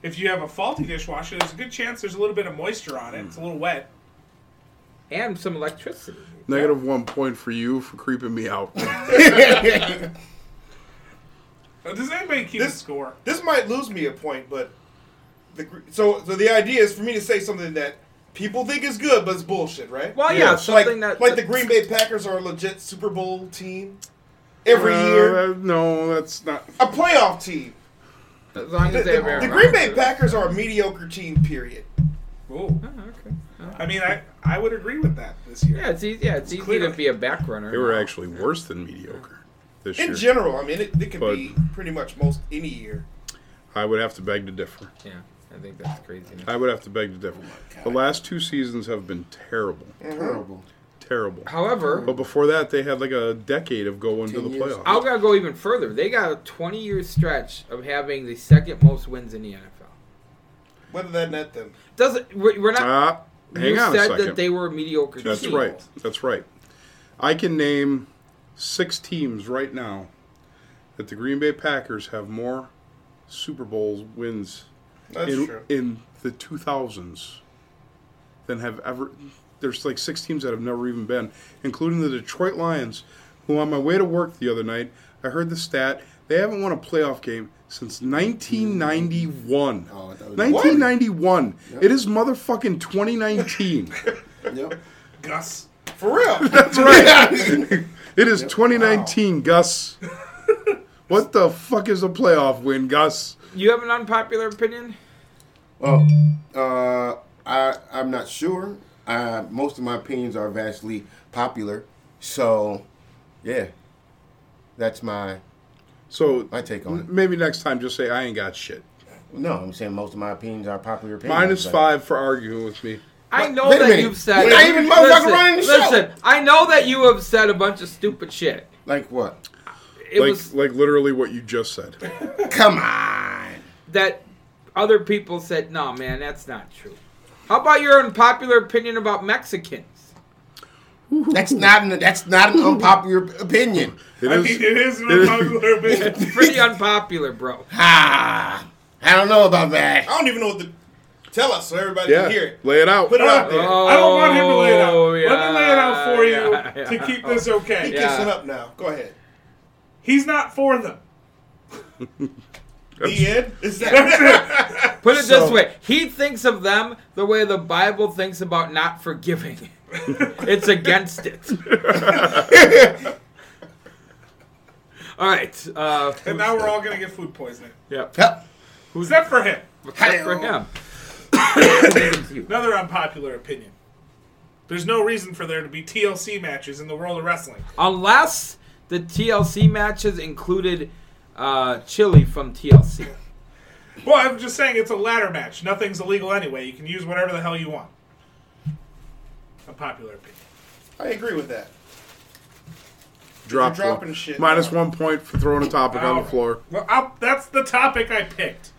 Speaker 6: If you have a faulty dishwasher, there's a good chance there's a little bit of moisture on it. It's a little wet.
Speaker 8: And some electricity.
Speaker 5: Negative one point for you for creeping me out.
Speaker 6: Does anybody keep
Speaker 9: This-
Speaker 6: score?
Speaker 9: This might lose me a point, but the gr- so so the idea is for me to say something that people think is good, but it's bullshit, right?
Speaker 8: Well, yeah, something
Speaker 9: like,
Speaker 8: that-
Speaker 9: like the Green Bay Packers are a legit Super Bowl team every year,
Speaker 5: Uh, no, that's not.
Speaker 9: a playoff team.
Speaker 8: As long
Speaker 9: The,
Speaker 8: as they have
Speaker 9: the-
Speaker 8: Aaron
Speaker 9: the Green Bay
Speaker 8: Rodgers.
Speaker 9: Packers are a mediocre team. Period.
Speaker 6: Ooh.
Speaker 8: Oh, okay. Oh.
Speaker 6: I mean, I, I would agree with that this year.
Speaker 8: Yeah, it's easy, yeah, it's easy
Speaker 6: clear.
Speaker 8: to be a back runner.
Speaker 5: They were actually worse than mediocre this
Speaker 9: In
Speaker 5: year.
Speaker 9: general, I mean, it, it could
Speaker 5: But-
Speaker 9: be pretty much most any year.
Speaker 5: I would have to beg to differ.
Speaker 8: Yeah, I think that's crazy.
Speaker 5: I would have to beg to differ. the last two seasons have been terrible,
Speaker 7: Terrible.
Speaker 5: terrible.
Speaker 8: However,
Speaker 5: But before that, they had like a decade of going to the
Speaker 7: years.
Speaker 5: playoffs.
Speaker 8: I'm gonna go even further. They got a 20 year stretch of having the second most wins in the NFL.
Speaker 9: Whether that net them,
Speaker 8: Doesn't we're we're not?
Speaker 5: Ah, hang
Speaker 8: you
Speaker 5: on a
Speaker 8: said
Speaker 5: second.
Speaker 8: that they were a mediocre.
Speaker 5: That's
Speaker 8: team.
Speaker 5: right. That's right. I can name six teams right now that the Green Bay Packers have more Super Bowl wins
Speaker 9: that's
Speaker 5: in,
Speaker 9: true.
Speaker 5: in the 2000s than have ever. There's like six teams that have never even been, including the Detroit Lions, who on my way to work the other night, I heard the stat they haven't won a playoff game since 1991.
Speaker 7: Oh, I thought it was-
Speaker 5: 1991. It is motherfucking 2019.
Speaker 7: Yep.
Speaker 6: Gus.
Speaker 9: For real,
Speaker 5: That's right. it is 2019, Gus. What the fuck is a playoff win, Gus?
Speaker 8: You have an unpopular opinion?
Speaker 7: Well, Oh, uh, I I'm not sure. Uh, most of my opinions are vastly popular, so yeah, that's my
Speaker 5: So
Speaker 7: my take on it.
Speaker 5: maybe next time just say I ain't got shit.
Speaker 7: No, I'm saying most of my opinions are popular opinions.
Speaker 5: Minus
Speaker 7: but-
Speaker 5: five for arguing with me.
Speaker 8: I know
Speaker 7: wait a
Speaker 8: that
Speaker 7: minute.
Speaker 8: you've said.
Speaker 7: You're not even motherfucking running the show.
Speaker 8: listen, I know that you have said a bunch of stupid shit.
Speaker 7: Like what?
Speaker 8: It
Speaker 5: like
Speaker 8: was
Speaker 5: like literally what you just said.
Speaker 7: Come on.
Speaker 8: that other people said, "No, man, that's not true." How about your unpopular opinion about Mexicans?
Speaker 7: That's not an that's not an unpopular opinion.
Speaker 5: It
Speaker 6: I
Speaker 5: is-
Speaker 6: mean, it is an
Speaker 5: it is-
Speaker 6: unpopular opinion.
Speaker 8: Pretty unpopular, bro.
Speaker 7: Ah, I don't know about that.
Speaker 9: I don't even know what to tell us so everybody
Speaker 5: yeah,
Speaker 9: can hear it.
Speaker 5: lay it out.
Speaker 9: Put it out there.
Speaker 8: Oh,
Speaker 6: I don't want him to lay it out. Let me lay it out
Speaker 8: yeah,
Speaker 6: for you
Speaker 8: Oh, yeah,
Speaker 6: to
Speaker 8: yeah.
Speaker 6: keep this okay.
Speaker 9: He
Speaker 8: Yeah.
Speaker 9: kicks it up now. Go ahead.
Speaker 6: He's not for them.
Speaker 9: The end is that.
Speaker 8: Put it this way: He thinks of them the way the Bible thinks about not forgiving. it's against it. all right. Uh,
Speaker 6: And now we're all going to get food poisoning.
Speaker 8: yeah,
Speaker 7: Yep.
Speaker 6: Except for him.
Speaker 8: except for him.
Speaker 6: Another unpopular opinion. There's no reason for there to be TLC matches in the world of wrestling.
Speaker 8: Unless the TLC matches included uh, Chili from TLC.
Speaker 6: Well, I'm just saying it's a ladder match. Nothing's illegal anyway. You can use whatever the hell you want. Unpopular opinion.
Speaker 9: I agree with that.
Speaker 5: Drop
Speaker 9: You're dropping
Speaker 5: one.
Speaker 9: shit.
Speaker 5: Minus one point for throwing a topic on
Speaker 6: Wow.
Speaker 5: the floor.
Speaker 6: Well, I'll, that's the topic I picked.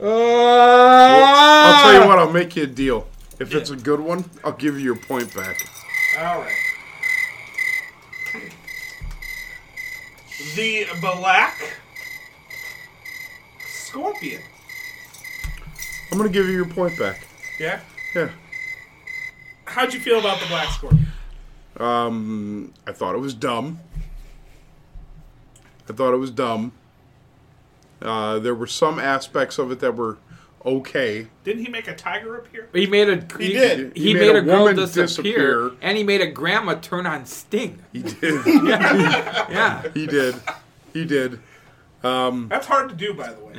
Speaker 5: I'll tell you what. I'll make you a deal. If it's a good one, I'll give you your point back.
Speaker 6: All right. The Black Scorpion.
Speaker 5: I'm gonna give you your point back.
Speaker 6: Yeah.
Speaker 5: Yeah.
Speaker 6: How'd you feel about the Black Scorpion?
Speaker 5: Um, I thought it was dumb. I thought it was dumb. Uh, there were some aspects of it that were okay.
Speaker 6: Didn't he make a tiger appear?
Speaker 8: He made a he,
Speaker 9: did.
Speaker 8: He, made, a, girl
Speaker 5: woman
Speaker 8: disappear,
Speaker 5: disappear.
Speaker 8: and he made a grandma turn on Sting.
Speaker 5: He did.
Speaker 8: Yeah,
Speaker 5: he did. He did.
Speaker 6: That's hard to do, by the way.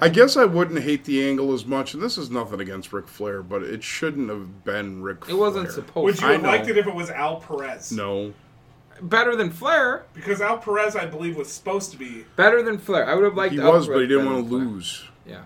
Speaker 5: I guess I wouldn't hate the angle as much, and this is nothing against Ric Flair, but it shouldn't have been Ric
Speaker 8: it
Speaker 5: Flair.
Speaker 8: wasn't supposed.
Speaker 6: Would
Speaker 8: to
Speaker 6: you
Speaker 5: I
Speaker 6: have
Speaker 5: know.
Speaker 6: liked it if it was Al Perez?
Speaker 5: No.
Speaker 8: Better than Flair.
Speaker 6: Because Al Perez, I believe, was supposed to be.
Speaker 8: Better than Flair. I would have liked.
Speaker 5: He
Speaker 8: the
Speaker 5: was, but he
Speaker 8: upgrade
Speaker 5: didn't
Speaker 8: better
Speaker 5: want to
Speaker 8: than Flair.
Speaker 5: lose.
Speaker 8: Yeah.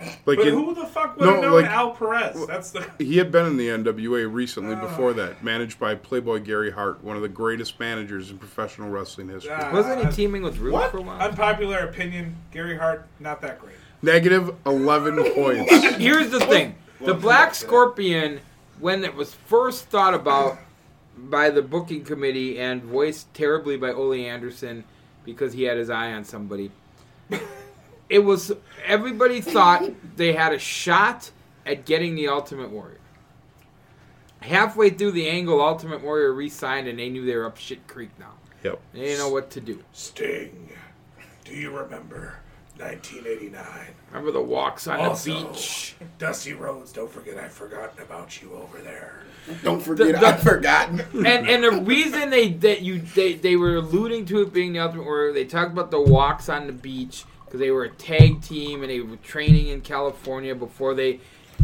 Speaker 5: Like
Speaker 6: But
Speaker 5: in-
Speaker 6: who the fuck would
Speaker 5: No,
Speaker 6: have known
Speaker 5: like-
Speaker 6: Al Perez? That's the.
Speaker 5: he had been in the NWA recently
Speaker 8: Ah.
Speaker 5: before that, managed by Playboy Gary Hart, one of the greatest managers in professional wrestling history.
Speaker 6: Ah.
Speaker 8: Wasn't he teaming with Rude
Speaker 6: What?
Speaker 8: for a while?
Speaker 6: Unpopular opinion. Gary Hart, not that great.
Speaker 5: Negative 11 points.
Speaker 8: Here's the thing. the Black Scorpion, when it was first thought about by the booking committee and voiced terribly by Ole Anderson because he had his eye on somebody, it was everybody thought they had a shot at getting the Ultimate Warrior. Halfway through the angle, Ultimate Warrior re-signed, and they knew they were up shit creek now.
Speaker 5: Yep.
Speaker 8: They didn't know what to do.
Speaker 6: Sting, do you remember 1989?
Speaker 8: Remember the walks on the
Speaker 6: Also,
Speaker 8: beach.
Speaker 6: Dusty Rhodes, don't forget I've forgotten about you over there.
Speaker 7: Don't forget,
Speaker 8: the-
Speaker 7: I've forgotten.
Speaker 8: and and the reason they that you they, they were alluding to it being the ultimate warrior, they talked about the walks on the beach because they were a tag team and they were training in California before they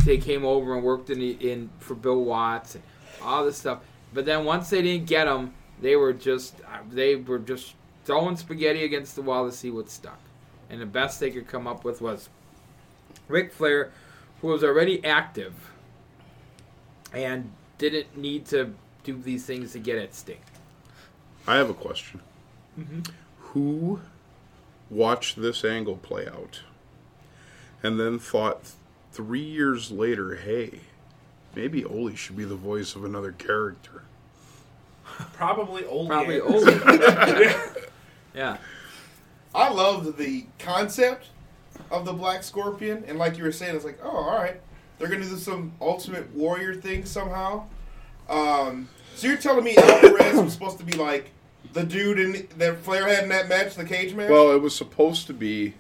Speaker 8: they came over and worked in the, in for Bill Watts and all this stuff. But then once they didn't get them, they were just they were just throwing spaghetti against the wall to see what stuck. And the best they could come up with was Ric Flair, who was already active and didn't need to do these things to get at Sting.
Speaker 5: I have a question. Who watched this angle play out and then thought three years later, hey, maybe Oli should be the voice of another character?
Speaker 6: Probably old.
Speaker 8: Probably
Speaker 6: Yank.
Speaker 8: old. yeah.
Speaker 9: I loved the concept of the Black Scorpion, and like you were saying, it's like, oh, all right, they're gonna do some Ultimate Warrior thing somehow. Um, so you're telling me Alvarez was supposed to be like the dude in that Flair had in that match, the cage match?
Speaker 5: Well, it was supposed to be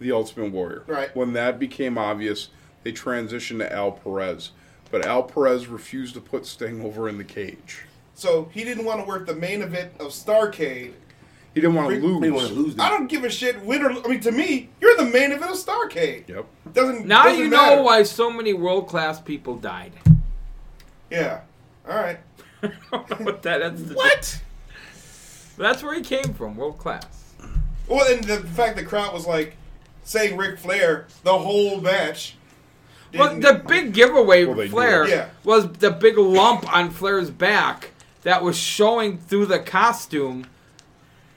Speaker 5: the Ultimate Warrior.
Speaker 9: Right.
Speaker 5: When that became obvious, they transitioned to Al Perez. But Al Perez refused to put Sting over in the cage.
Speaker 9: so he didn't want to work the main event of Starcade.
Speaker 5: He didn't want to
Speaker 7: They want to
Speaker 5: lose.
Speaker 7: lose
Speaker 9: I
Speaker 7: that.
Speaker 9: don't give a shit, win or I mean, to me, you're the main event of Starcade.
Speaker 5: Yep.
Speaker 9: Doesn't
Speaker 8: Now
Speaker 9: doesn't
Speaker 8: you
Speaker 9: matter.
Speaker 8: know why so many world class people died.
Speaker 9: Yeah. All right.
Speaker 8: But that- that's the-
Speaker 9: What?
Speaker 8: That's where he came from, world class.
Speaker 9: Well, and the fact the crowd was like saying Ric Flair the whole match.
Speaker 8: Well, the big giveaway
Speaker 5: Well, they knew
Speaker 8: Flair
Speaker 9: it. Yeah.
Speaker 8: was the big lump on Flair's back that was showing through the costume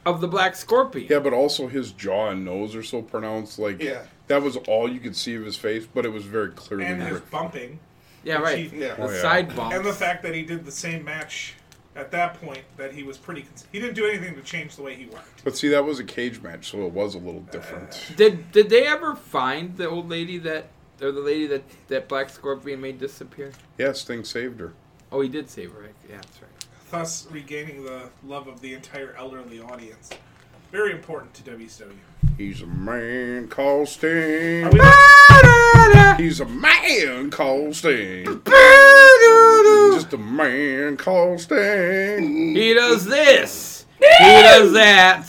Speaker 8: of the Black Scorpion.
Speaker 5: Yeah, but also his jaw and nose are so pronounced. Like,
Speaker 9: Yeah.
Speaker 5: that was all you could see of his face, but it was very clearly
Speaker 6: and his
Speaker 5: Ric Flair.
Speaker 6: bumping.
Speaker 8: Yeah, right.
Speaker 6: Yeah.
Speaker 8: The
Speaker 5: Oh, yeah.
Speaker 8: side bumps.
Speaker 6: And the fact that he did the same match at that point that he was pretty. Cons- he didn't do anything to change the way he worked.
Speaker 5: But see, that was a cage match, so it was a little
Speaker 6: Uh.
Speaker 5: different.
Speaker 8: Did did they ever find the old lady that or the lady that that Black Scorpion made disappear?
Speaker 5: yeah, Sting saved her.
Speaker 8: Oh, he did save her. right? Yeah, that's right.
Speaker 6: Thus regaining the love of the entire elderly audience. Very important to WCW.
Speaker 5: He's a man called Sting.
Speaker 6: Are we looking-
Speaker 5: He's a man called Sting. Just a man called Sting.
Speaker 8: He does this. He does that.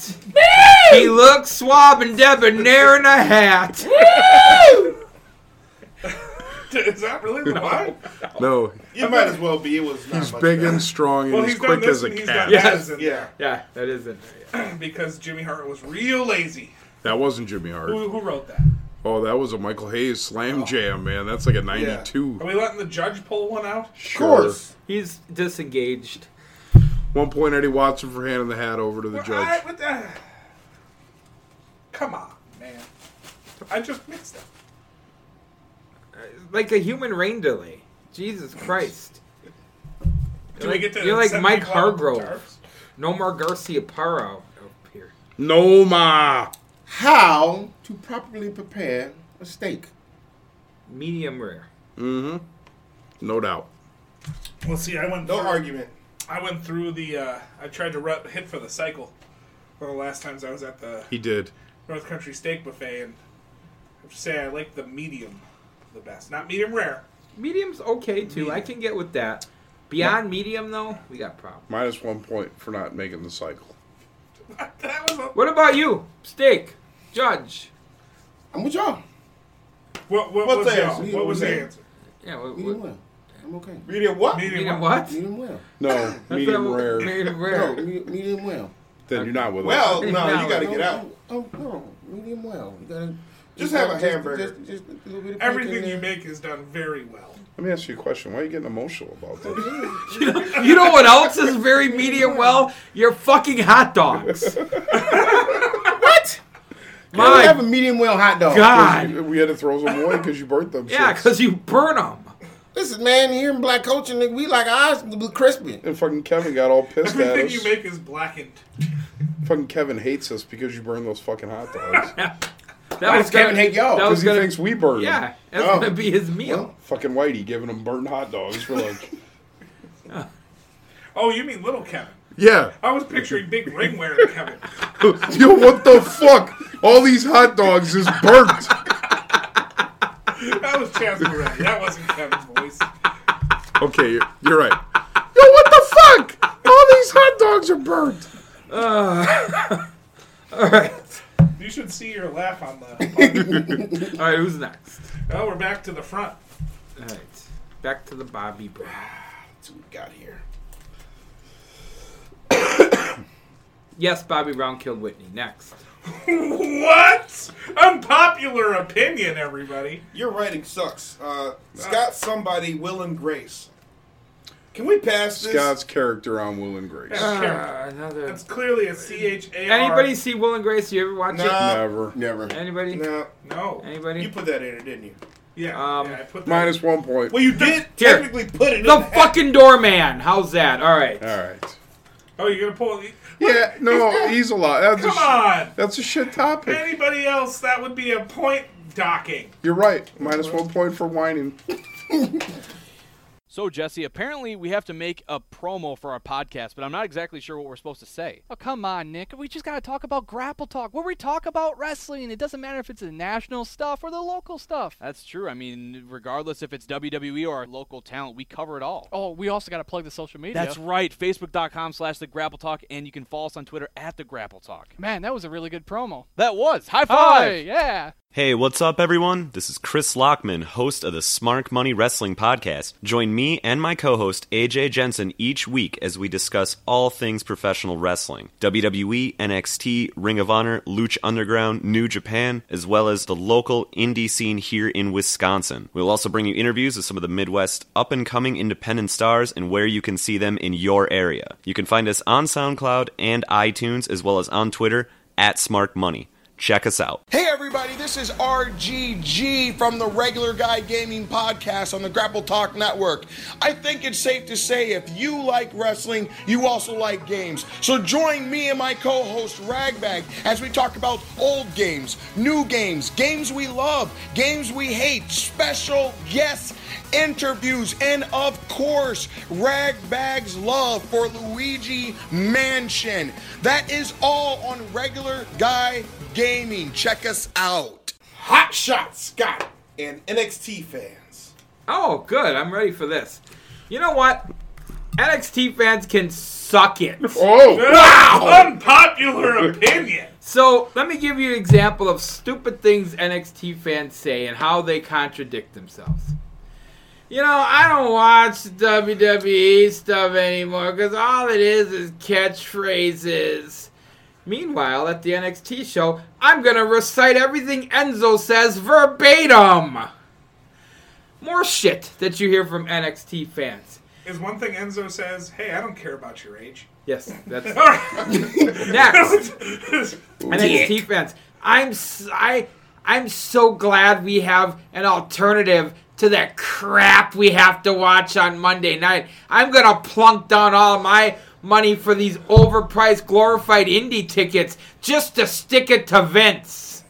Speaker 8: He looks swab and debonair in a hat.
Speaker 6: is that really the line?
Speaker 5: No,
Speaker 9: It might as well be. It was not
Speaker 5: he's
Speaker 9: much
Speaker 5: big
Speaker 9: better.
Speaker 5: and strong and
Speaker 6: Well,
Speaker 5: he's,
Speaker 6: he's done
Speaker 5: quick
Speaker 6: this
Speaker 5: as a
Speaker 6: and he's done
Speaker 5: cat.
Speaker 8: Yeah.
Speaker 6: that. is in
Speaker 9: Yeah.
Speaker 8: Yeah, that is it. Yeah.
Speaker 6: there, Because Jimmy Hart was real lazy.
Speaker 5: That wasn't Jimmy Hart.
Speaker 6: Who, Oh. who wrote that?
Speaker 5: Oh, that was a Michael Hayes slam jam, man. That's like a 92.
Speaker 6: Are we letting the judge pull one out?
Speaker 5: Of
Speaker 7: course.
Speaker 8: He's disengaged.
Speaker 5: One point, Eddie Watson for handing the hat over to the
Speaker 6: I-
Speaker 5: judge.
Speaker 6: what the- come on, man. I just mixed up.
Speaker 8: Like a human rain delay. Jesus Christ.
Speaker 6: Do we get to
Speaker 8: You're like
Speaker 6: send
Speaker 8: Mike
Speaker 6: people out with
Speaker 8: Hargrove.
Speaker 6: tarps?
Speaker 8: Nomar Garcia Paro up here.
Speaker 5: No, ma.
Speaker 7: How to properly prepare a steak.
Speaker 8: Medium rare.
Speaker 5: No doubt.
Speaker 6: Well, see, I went.
Speaker 9: No
Speaker 6: through,
Speaker 9: argument.
Speaker 6: I went through the. Uh, I tried to rut, hit for the cycle. One of the last times I was at the
Speaker 5: He did.
Speaker 6: North Country Steak Buffet, and I have to say I like the medium the best, not medium rare.
Speaker 8: Medium's okay too. I can get with that. Beyond medium though, we got problems.
Speaker 5: Minus one point for not making the cycle.
Speaker 6: That was a,
Speaker 8: What about you? Steak. Judge.
Speaker 7: I'm with y'all.
Speaker 6: what, what,
Speaker 9: What's
Speaker 6: was
Speaker 9: the
Speaker 6: the
Speaker 9: answer?
Speaker 6: What was the
Speaker 9: What's the
Speaker 6: answer?
Speaker 8: Yeah, what,
Speaker 7: Eat 'em
Speaker 8: what,
Speaker 7: well. I'm okay.
Speaker 9: Medium what?
Speaker 8: medium
Speaker 6: Medium.
Speaker 8: what?
Speaker 7: Eat 'em well.
Speaker 5: No, medium rare.
Speaker 8: Medium
Speaker 7: No,
Speaker 8: rare.
Speaker 7: me- medium well.
Speaker 5: Then you're not with us.
Speaker 9: Well, no,
Speaker 8: No.
Speaker 9: you got to
Speaker 7: No,
Speaker 9: get out.
Speaker 7: Oh, oh, no, medium well. You gotta
Speaker 9: Just
Speaker 7: you
Speaker 9: have
Speaker 7: gotta
Speaker 9: a hamburger.
Speaker 7: Just, just a little bit of
Speaker 6: Everything you make is done very well.
Speaker 5: Let me ask you a question. Why are you getting emotional about this?
Speaker 8: you know what else is very medium well? Your fucking hot dogs.
Speaker 7: we
Speaker 8: My
Speaker 7: have a medium well hot dog.
Speaker 8: God.
Speaker 5: We had to throw them away because you burnt them.
Speaker 8: Yeah,
Speaker 5: shits.
Speaker 8: because you burn them.
Speaker 7: Listen, man, here in black culture, nigga, we like ours to be crispy.
Speaker 5: And fucking Kevin got all pissed at
Speaker 6: Everything
Speaker 5: us.
Speaker 6: you make is blackened.
Speaker 5: fucking Kevin hates us because you burned those fucking hot dogs.
Speaker 8: That was
Speaker 7: Kevin hate y'all?
Speaker 8: That
Speaker 5: Because
Speaker 8: was
Speaker 5: he
Speaker 8: gonna,
Speaker 5: thinks we burned
Speaker 8: yeah,
Speaker 5: them.
Speaker 8: that's
Speaker 7: Oh.
Speaker 8: gonna be his meal.
Speaker 5: Fucking Whitey giving them burnt hot dogs for lunch.
Speaker 6: Oh, you mean little Kevin?
Speaker 5: yeah.
Speaker 6: I was picturing big ring wearing Kevin.
Speaker 5: Yo, what the fuck? All these hot dogs is burnt.
Speaker 6: That was Chance Moretti. That wasn't Kevin's voice.
Speaker 5: Okay, you're, you're right. Yo, what the fuck? All these hot dogs are burnt.
Speaker 6: You should see your laugh on the.
Speaker 8: All right, who's next?
Speaker 6: oh, we're back to the front.
Speaker 8: All right, back to the Bobby Brown.
Speaker 9: That's what we got here.
Speaker 8: Yes, Bobby Brown killed Whitney. Next,
Speaker 6: What? Unpopular opinion, everybody.
Speaker 9: Your writing sucks. Uh, Scott somebody, Will and Grace. Can we pass this?
Speaker 5: Scott's character on Will and Grace.
Speaker 6: That's, character.
Speaker 8: uh, another.
Speaker 6: That's clearly a C H A R.
Speaker 8: Anybody see Will and Grace? You ever watch
Speaker 9: Nah.
Speaker 5: Never.
Speaker 7: Never.
Speaker 8: it? Anybody?
Speaker 9: No,
Speaker 6: No.
Speaker 8: Anybody?
Speaker 9: you put that in it, didn't you?
Speaker 6: Yeah.
Speaker 8: Um,
Speaker 6: yeah, I put that-
Speaker 5: Minus one point.
Speaker 9: Well, you did
Speaker 8: Here.
Speaker 9: technically put it
Speaker 8: the
Speaker 9: in.
Speaker 8: fucking doorman. How's that? All right.
Speaker 5: All right.
Speaker 6: Oh, you're gonna pull.
Speaker 5: Yeah, no, he's a lot. That's a
Speaker 6: Come
Speaker 5: sh-
Speaker 6: on.
Speaker 5: That's a shit topic.
Speaker 6: Anybody else? That would be a point docking.
Speaker 5: You're right. Minus one point for whining.
Speaker 1: So, Jesse, apparently we have to make a promo for our podcast, but I'm not exactly sure what we're supposed to say.
Speaker 11: Oh, come on, Nick. We just got to talk about grapple talk, where we talk about wrestling. It doesn't matter if it's the national stuff or the local stuff.
Speaker 1: That's true. I mean, regardless if it's WWE or our local talent, we cover it all.
Speaker 11: Oh, we also got to plug the social media.
Speaker 1: That's right. Facebook.com slash The Grapple Talk, and you can follow us on Twitter at The Grapple Talk.
Speaker 11: Man, that was a really good promo.
Speaker 1: That was. High five!
Speaker 11: Hi, yeah.
Speaker 4: Hey, what's up, everyone? This is Chris Lockman, host of the Smart Money Wrestling Podcast. Join me and my co host, AJ Jensen, each week as we discuss all things professional wrestling E, WWE, NXT, Ring of Honor, Lucha Underground, New Japan, as well as the local indie scene here in Wisconsin. We'll also bring you interviews with some of the Midwest up and coming independent stars and where you can see them in your area. You can find us on SoundCloud and iTunes, as well as on Twitter at Smart Money. Check us out.
Speaker 12: Hey everybody, this is RGG from the Regular Guy Gaming Podcast on the Grapple Talk Network. I think it's safe to say if you like wrestling, you also like games. So join me and my co-host Ragbag as we talk about old games, new games, games we love, games we hate, special guests, interviews, and of course, Ragbag's love for Luigi Mansion. That is all on Regular Guy gaming. Check us out.
Speaker 9: Hot shot, Scott and NXT fans.
Speaker 8: Oh, good. I'm ready for this. You know what? NXT fans can suck it.
Speaker 5: Oh,
Speaker 6: Wow! Unpopular opinion.
Speaker 8: So let me give you an example of stupid things NXT fans say and how they contradict themselves. You know, I don't watch WWE stuff anymore because all it is is catchphrases. Meanwhile, at the NXT show, I'm going to recite everything Enzo says verbatim. More shit that you hear from NXT fans.
Speaker 6: Is one thing Enzo says, hey, I don't care about your age.
Speaker 8: Yes, that's
Speaker 6: All right.
Speaker 8: next. NXT fans. I'm s- I I'm so glad we have an alternative to that crap we have to watch on Monday night. I'm gonna plunk down all my money for these overpriced glorified indie tickets just to stick it to Vince.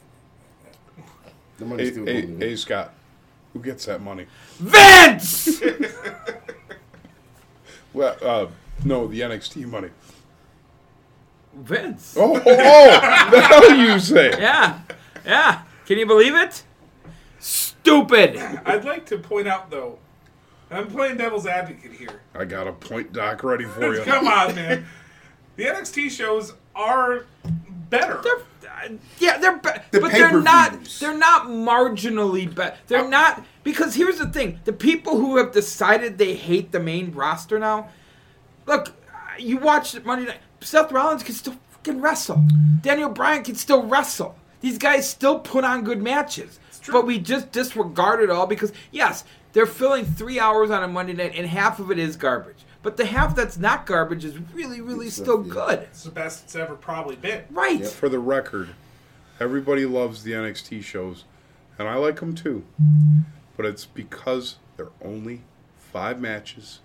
Speaker 7: The money's
Speaker 5: hey,
Speaker 7: still
Speaker 5: hey,
Speaker 7: moving.
Speaker 5: hey, Scott, who gets that money?
Speaker 8: Vince!
Speaker 5: Well, uh, no, the NXT money.
Speaker 8: Vince.
Speaker 5: Oh, oh, oh now you say. it.
Speaker 8: Yeah, yeah. Can you believe it? Stupid.
Speaker 6: I'd like to point out, though, I'm playing devil's advocate here.
Speaker 5: I got a point doc ready for you.
Speaker 6: Come on, man. The NXT shows are better.
Speaker 8: Yeah, they're be- but they're
Speaker 7: pay-per-views.
Speaker 8: not they're not marginally better. They're not because here's the thing: the people who have decided they hate the main roster now. Look, you watched Monday Night. Seth Rollins can still fucking wrestle. Daniel Bryan can still wrestle. These guys still put on good matches. But we just disregard it all because yes, they're filling three hours on a Monday night, and half of it is garbage. But the half that's not garbage is really, really still good.
Speaker 6: It's the best it's ever probably been.
Speaker 8: Right.
Speaker 5: For the record, Everybody loves the NXT shows, and I like them too. But it's because they're only five matches,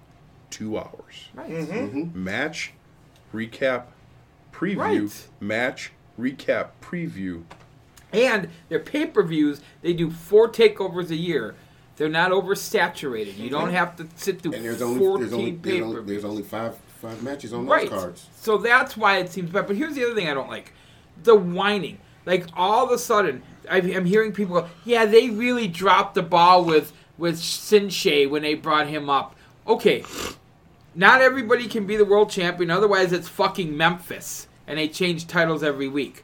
Speaker 5: two hours.
Speaker 8: Right.
Speaker 7: Mm-hmm.
Speaker 8: Mm-hmm.
Speaker 9: Mhm.
Speaker 5: Match, recap, preview.
Speaker 8: Right.
Speaker 5: Match, recap, preview.
Speaker 8: And their pay per views, they do four takeovers a year. They're not oversaturated. You don't have to sit through
Speaker 7: And there's only
Speaker 8: 14
Speaker 7: there's only,
Speaker 8: pay
Speaker 7: there's
Speaker 8: per
Speaker 7: only there's only five five matches on
Speaker 8: right.
Speaker 7: those cards.
Speaker 8: So that's why it seems bad. But here's the other thing I don't like the whining. Like, all of a sudden, I- I'm hearing people go, yeah, they really dropped the ball with, with Sinshay when they brought him up. Okay, not everybody can be the world champion, otherwise, it's fucking Memphis, and they change titles every week.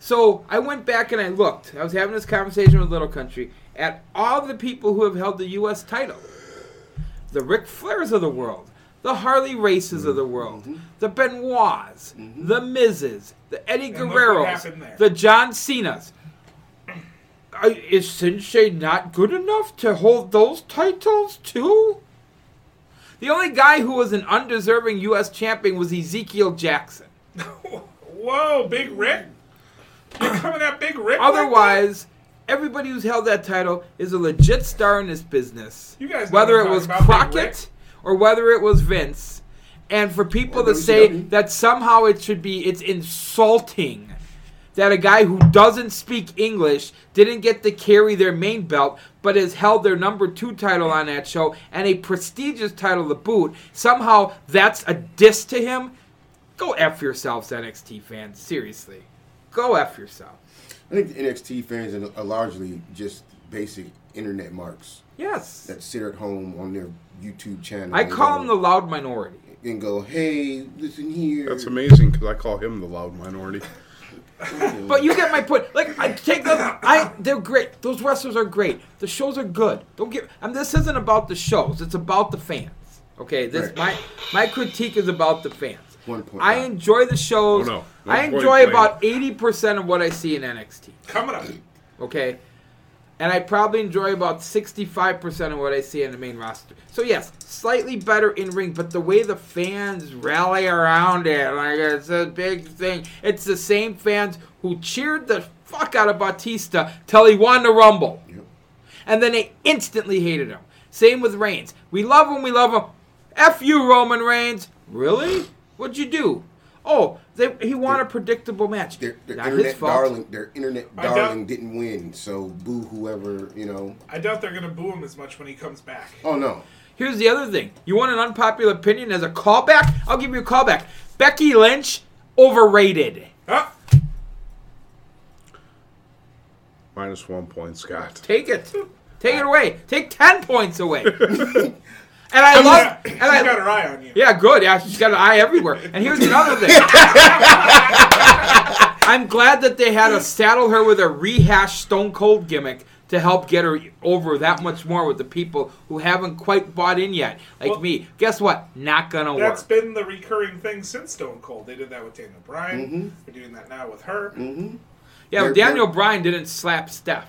Speaker 8: So I went back and I looked. I was having this conversation with Little Country at all the people who have held the U.S. title the Ric Flairs of the world, the Harley Races of the world,
Speaker 6: Mm-hmm.
Speaker 8: the Benoits, the Mizes, the Eddie
Speaker 6: And look what happened there.
Speaker 8: Guerreros, the John Cenas. I- Is Sensei not good enough to hold those titles too? The only guy who was an undeserving U.S. champion was Ezekiel Jackson.
Speaker 6: Whoa, Big Rick! You're coming at Big Rick? like
Speaker 8: Otherwise, everybody who's held that title is a legit star in this business.
Speaker 6: You guys know
Speaker 8: whether
Speaker 6: what
Speaker 8: it
Speaker 6: I'm
Speaker 8: was
Speaker 6: talking about, Big
Speaker 8: Crockett or whether it was Vince, and for people
Speaker 6: Or
Speaker 8: to say
Speaker 6: WCW.
Speaker 8: that somehow it should be, it's insulting that a guy who doesn't speak English didn't get to carry their main belt, but has held their number two title on that show and a prestigious title to boot. Somehow that's a diss to him. Go f yourselves, NXT fans. Seriously, go f yourself.
Speaker 7: I think the NXT fans are are largely just basic internet marks.
Speaker 8: Yes.
Speaker 7: That sit at home on their YouTube channel.
Speaker 8: I
Speaker 7: and
Speaker 8: call
Speaker 7: go-
Speaker 8: him the loud minority.
Speaker 7: and go, hey, listen here.
Speaker 5: That's amazing because I call him the loud minority.
Speaker 8: But you get my point. Like I take those. I they're great. Those wrestlers are great. The shows are good. Don't get. I mean, this isn't about the shows. It's about the fans. Okay. This my my critique is about the fans.
Speaker 7: One point.
Speaker 8: I enjoy the shows.
Speaker 7: Oh, no.
Speaker 8: I
Speaker 7: One point
Speaker 8: enjoy
Speaker 7: blank.
Speaker 8: about eighty percent of what I see in NXT. Coming up. Okay. And I probably enjoy about sixty-five percent of what I see in the main roster. So yes, slightly better in ring, but the way the fans rally around it, like it's a big thing. It's the same fans who cheered the fuck out of Batista till he won the Rumble, and then they instantly hated him. Same with Reigns. We love him. We love him. F you, Roman Reigns. Really? What'd you do? Oh, they, he won a predictable match.
Speaker 7: Their
Speaker 8: Not his
Speaker 7: internet
Speaker 8: fault.
Speaker 7: darling, their internet
Speaker 6: I doubt-
Speaker 7: darling didn't win, so boo whoever you know.
Speaker 6: I doubt they're gonna boo him as much when he comes back.
Speaker 7: Oh no,
Speaker 8: Here's the other thing. You want an unpopular opinion as a callback? I'll give you a callback. Becky Lynch, overrated.
Speaker 6: Oh,
Speaker 5: Minus one point, Scott.
Speaker 8: Take it. Take it away. Take ten points away. and I love. and I got
Speaker 6: her eye on you.
Speaker 8: Yeah, good. Yeah, she's got an eye everywhere. And here's another thing. I'm glad that they had to saddle her with a rehashed Stone Cold gimmick to help get her over that much more with the people who haven't quite bought in yet, like
Speaker 6: Well-
Speaker 8: me. Guess what? Not gonna work.
Speaker 6: That's been the recurring thing since Stone Cold. They did that with Daniel Bryan.
Speaker 8: Mm-hmm.
Speaker 6: They're doing that now with her.
Speaker 7: Mm-hmm.
Speaker 8: Yeah,
Speaker 7: They're-
Speaker 8: but Daniel Bryan didn't slap Steph.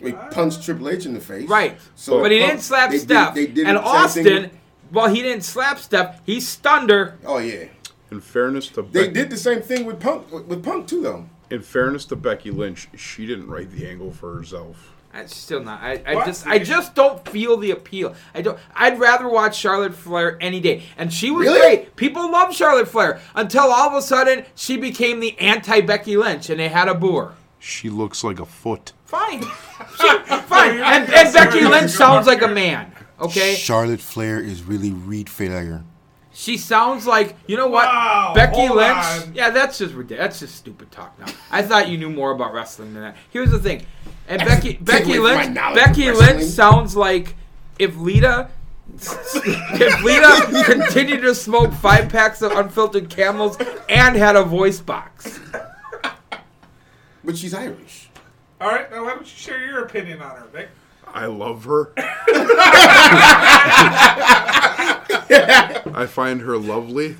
Speaker 7: They
Speaker 6: Ah.
Speaker 7: punched Triple H in the face.
Speaker 8: Right.
Speaker 7: So
Speaker 8: but he
Speaker 7: well,
Speaker 8: didn't slap
Speaker 7: they did-
Speaker 8: Steph.
Speaker 7: they did
Speaker 8: and
Speaker 7: the same
Speaker 8: Austin,
Speaker 7: thing
Speaker 8: well, he didn't slap Steph. He stunned her.
Speaker 7: Oh yeah.
Speaker 5: In fairness to
Speaker 7: They did the same thing with Punk with Punk too though.
Speaker 5: In fairness to Becky Lynch, she didn't write the angle for herself.
Speaker 8: That's still not. I, I
Speaker 5: What?
Speaker 8: just I just don't feel the appeal. I don't. I'd rather watch Charlotte Flair any day. And she was great. People love Charlotte Flair until all of a sudden she became the anti Becky Lynch and they had a boor.
Speaker 5: She looks like a foot.
Speaker 8: Fine, She- fine. and, and Becky Lynch sounds like a man. Okay,
Speaker 7: Charlotte Flair is really Reed Flair.
Speaker 8: She sounds like you know what Becky
Speaker 7: hold
Speaker 8: Lynch.
Speaker 7: on.
Speaker 8: Yeah, that's just ridiculous. That's just stupid talk. Now I thought you knew more about wrestling than that. Here's the thing, and Becky Becky
Speaker 7: away from my
Speaker 8: Lynch
Speaker 7: knowledge of
Speaker 8: Becky
Speaker 7: wrestling.
Speaker 8: Lynch sounds like if Lita if Lita continued to smoke five packs of unfiltered Camels and had a voice box.
Speaker 7: But she's Irish.
Speaker 6: All right, now why don't you share your opinion on her, Vic?
Speaker 5: I love her. I find her lovely.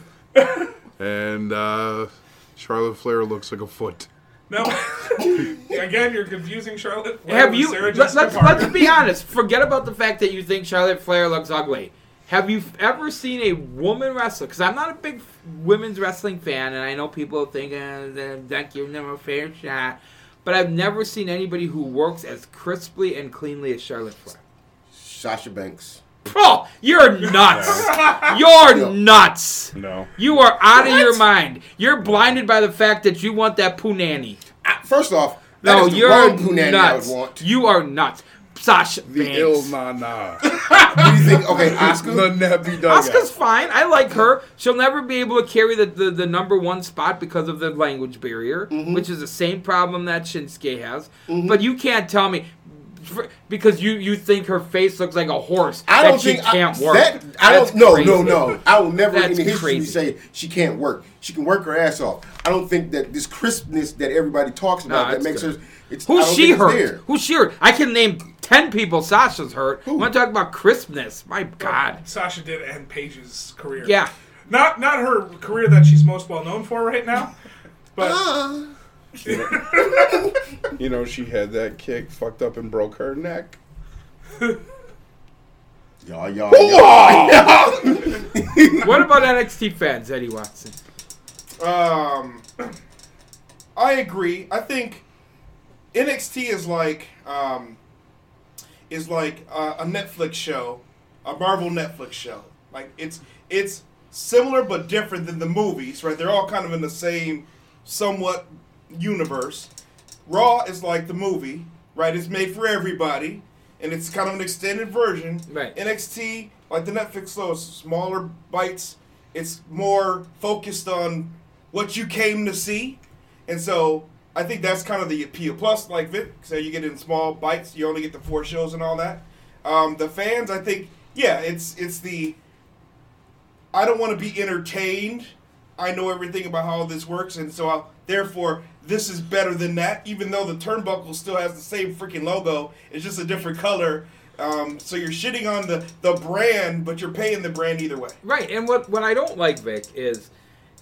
Speaker 5: And uh, Charlotte Flair looks like a foot.
Speaker 6: No. Again, you're confusing Charlotte. Flair
Speaker 8: Have
Speaker 6: with
Speaker 8: you?
Speaker 6: Sarah
Speaker 8: Let, us
Speaker 6: Jessica Parker.
Speaker 8: let's be honest. Forget about the fact that you think Charlotte Flair looks ugly. Have you ever seen a woman wrestler? Because I'm not a big women's wrestling fan, and I know people think uh, that- that give them a fair shot, but I've never seen anybody who works as crisply and cleanly as Charlotte Flair.
Speaker 7: Sasha Banks.
Speaker 8: Oh, you're nuts! You're nuts!
Speaker 7: No.
Speaker 8: You are out of your mind. You're blinded by the fact that you want that punani.
Speaker 7: First off, that
Speaker 8: no,
Speaker 7: is the
Speaker 8: you're
Speaker 7: wrong punani I would
Speaker 8: nuts.
Speaker 7: want.
Speaker 8: You are nuts, Sasha.
Speaker 5: The
Speaker 8: Banks.
Speaker 5: ill na na.
Speaker 7: Okay, Oscar.
Speaker 5: The Nebby
Speaker 7: Oh,
Speaker 8: Oscar's fine. I like her. She'll never be able to carry the, the, the number one spot because of the language barrier,
Speaker 7: Mm-hmm.
Speaker 8: which is the same problem that Shinsuke has. But you can't tell me for- because you, you think her face looks like a horse
Speaker 7: I
Speaker 8: that
Speaker 7: don't
Speaker 8: she
Speaker 7: think
Speaker 8: can't
Speaker 7: I,
Speaker 8: work.
Speaker 7: That, I
Speaker 8: That's
Speaker 7: don't. No, no,
Speaker 8: crazy.
Speaker 7: no. I will never
Speaker 8: That's
Speaker 7: in history
Speaker 8: crazy.
Speaker 7: say she can't work. She can work her ass off. I don't think that this crispness that everybody talks about that
Speaker 8: it's
Speaker 7: makes
Speaker 8: good.
Speaker 7: her. It's, I
Speaker 8: Who's
Speaker 7: don't
Speaker 8: she
Speaker 7: think it's
Speaker 8: hurt?
Speaker 7: there.
Speaker 8: Who's she hurt? I can name ten people Sasha's hurt. I want to talk about crispness. My
Speaker 7: Oh.
Speaker 8: God.
Speaker 6: Sasha did end Paige's career.
Speaker 8: Yeah.
Speaker 6: Not not her career that she's most well known for right now, but
Speaker 5: You know, she had that kick, fucked up and broke her neck.
Speaker 7: Y'all, y'all,
Speaker 8: what about NXT fans, Eddie Watson?
Speaker 9: Um, I agree. I think NXT is like um, is like uh, a Netflix show, a Marvel Netflix show. Like it's it's similar but different than the movies, right? They're all kind of in the same somewhat universe. Raw is like the movie, right? It's made for everybody, and it's kind of an extended version.
Speaker 8: Right.
Speaker 9: NXT, like the Netflix show, is smaller bites. It's more focused on what you came to see, and so I think that's kind of the appeal. Plus, like Vic said, you get in small bites. You only get the four shows and all that. Um, the fans, I think, yeah, it's it's the I don't want to be entertained. I know everything about how this works, and so I'll, therefore, this is better than that. Even though the turnbuckle still has the same freaking logo, it's just a different color. Um, so you're shitting on the the brand, but you're paying the brand either way.
Speaker 8: Right, and what what I don't like, Vic, is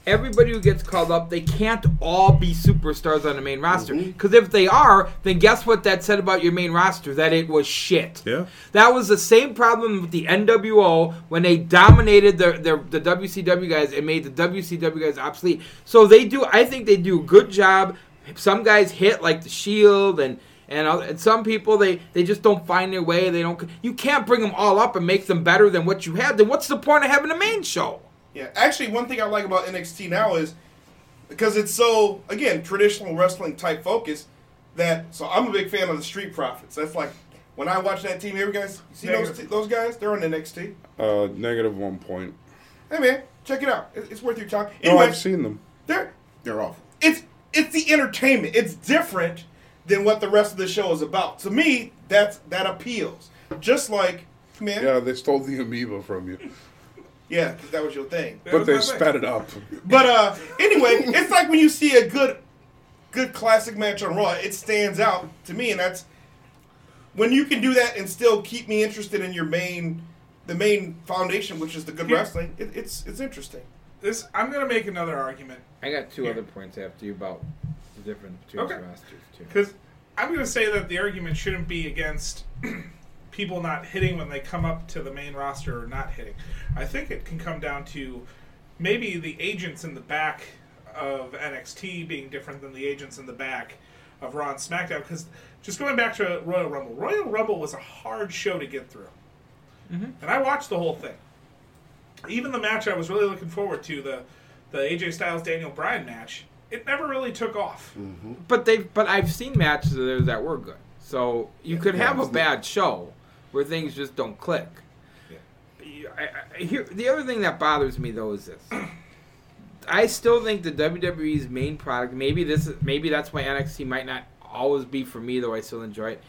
Speaker 8: everybody who gets called up, they can't all be superstars on the main roster. Because if they are, then guess what that said about your main roster? That it was shit.
Speaker 5: Yeah.
Speaker 8: That was the same problem with the NWO when they dominated the, the, the WCW guys and made the WCW guys obsolete. So they do, I think they do a good job. Some guys hit like the Shield and. And, other- and some people they, they just don't find their way. They don't. You can't bring them all up and make them better than what you had. Then what's the point of having a main show?
Speaker 9: Yeah, actually, one thing I like about NXT now is because it's so again traditional wrestling type focus. That so I'm a big fan of the Street Profits. That's like when I watch that team. Here, guys, you see those
Speaker 5: Negative.
Speaker 9: those guys? They're on NXT.
Speaker 5: Uh, negative one point.
Speaker 9: Hey man, check it out. It- It's worth your time.
Speaker 5: No, I've seen them.
Speaker 9: They're
Speaker 7: They're awful.
Speaker 9: it's it's the entertainment. It's different than what the rest of the show is about. To me, that's that appeals. Just like man, yeah,
Speaker 5: Yeah, they stole the amoeba from you,
Speaker 9: 'cause that was your thing.
Speaker 5: but they spat it up.
Speaker 9: But uh, anyway, it's like when you see a good, good classic match on Raw, it stands out to me, and that's when you can do that and still keep me interested in your main, the main foundation, which is the good wrestling. It, it's it's interesting.
Speaker 6: this I'm gonna make another argument
Speaker 8: I got two other points after you about the difference between
Speaker 6: Okay.
Speaker 8: the rosters too.
Speaker 6: because I'm gonna say that the argument shouldn't be against people not hitting when they come up to the main roster or not hitting. I think it can come down to maybe the agents in the back of NXT being different than the agents in the back of Raw and SmackDown. Because just going back to Royal Rumble, Royal Rumble was a hard show to get through, and I watched the whole thing. Even the match I was really looking forward to, the the AJ Styles Daniel Bryan match, it never really took off.
Speaker 8: But they but I've seen matches there that were good. So you could have a bad show where things just don't click. You- I, I, here, the other thing that bothers me though is this. I still think the WWE's main product, maybe this is maybe that's why NXT might not always be for me, though I still enjoy it.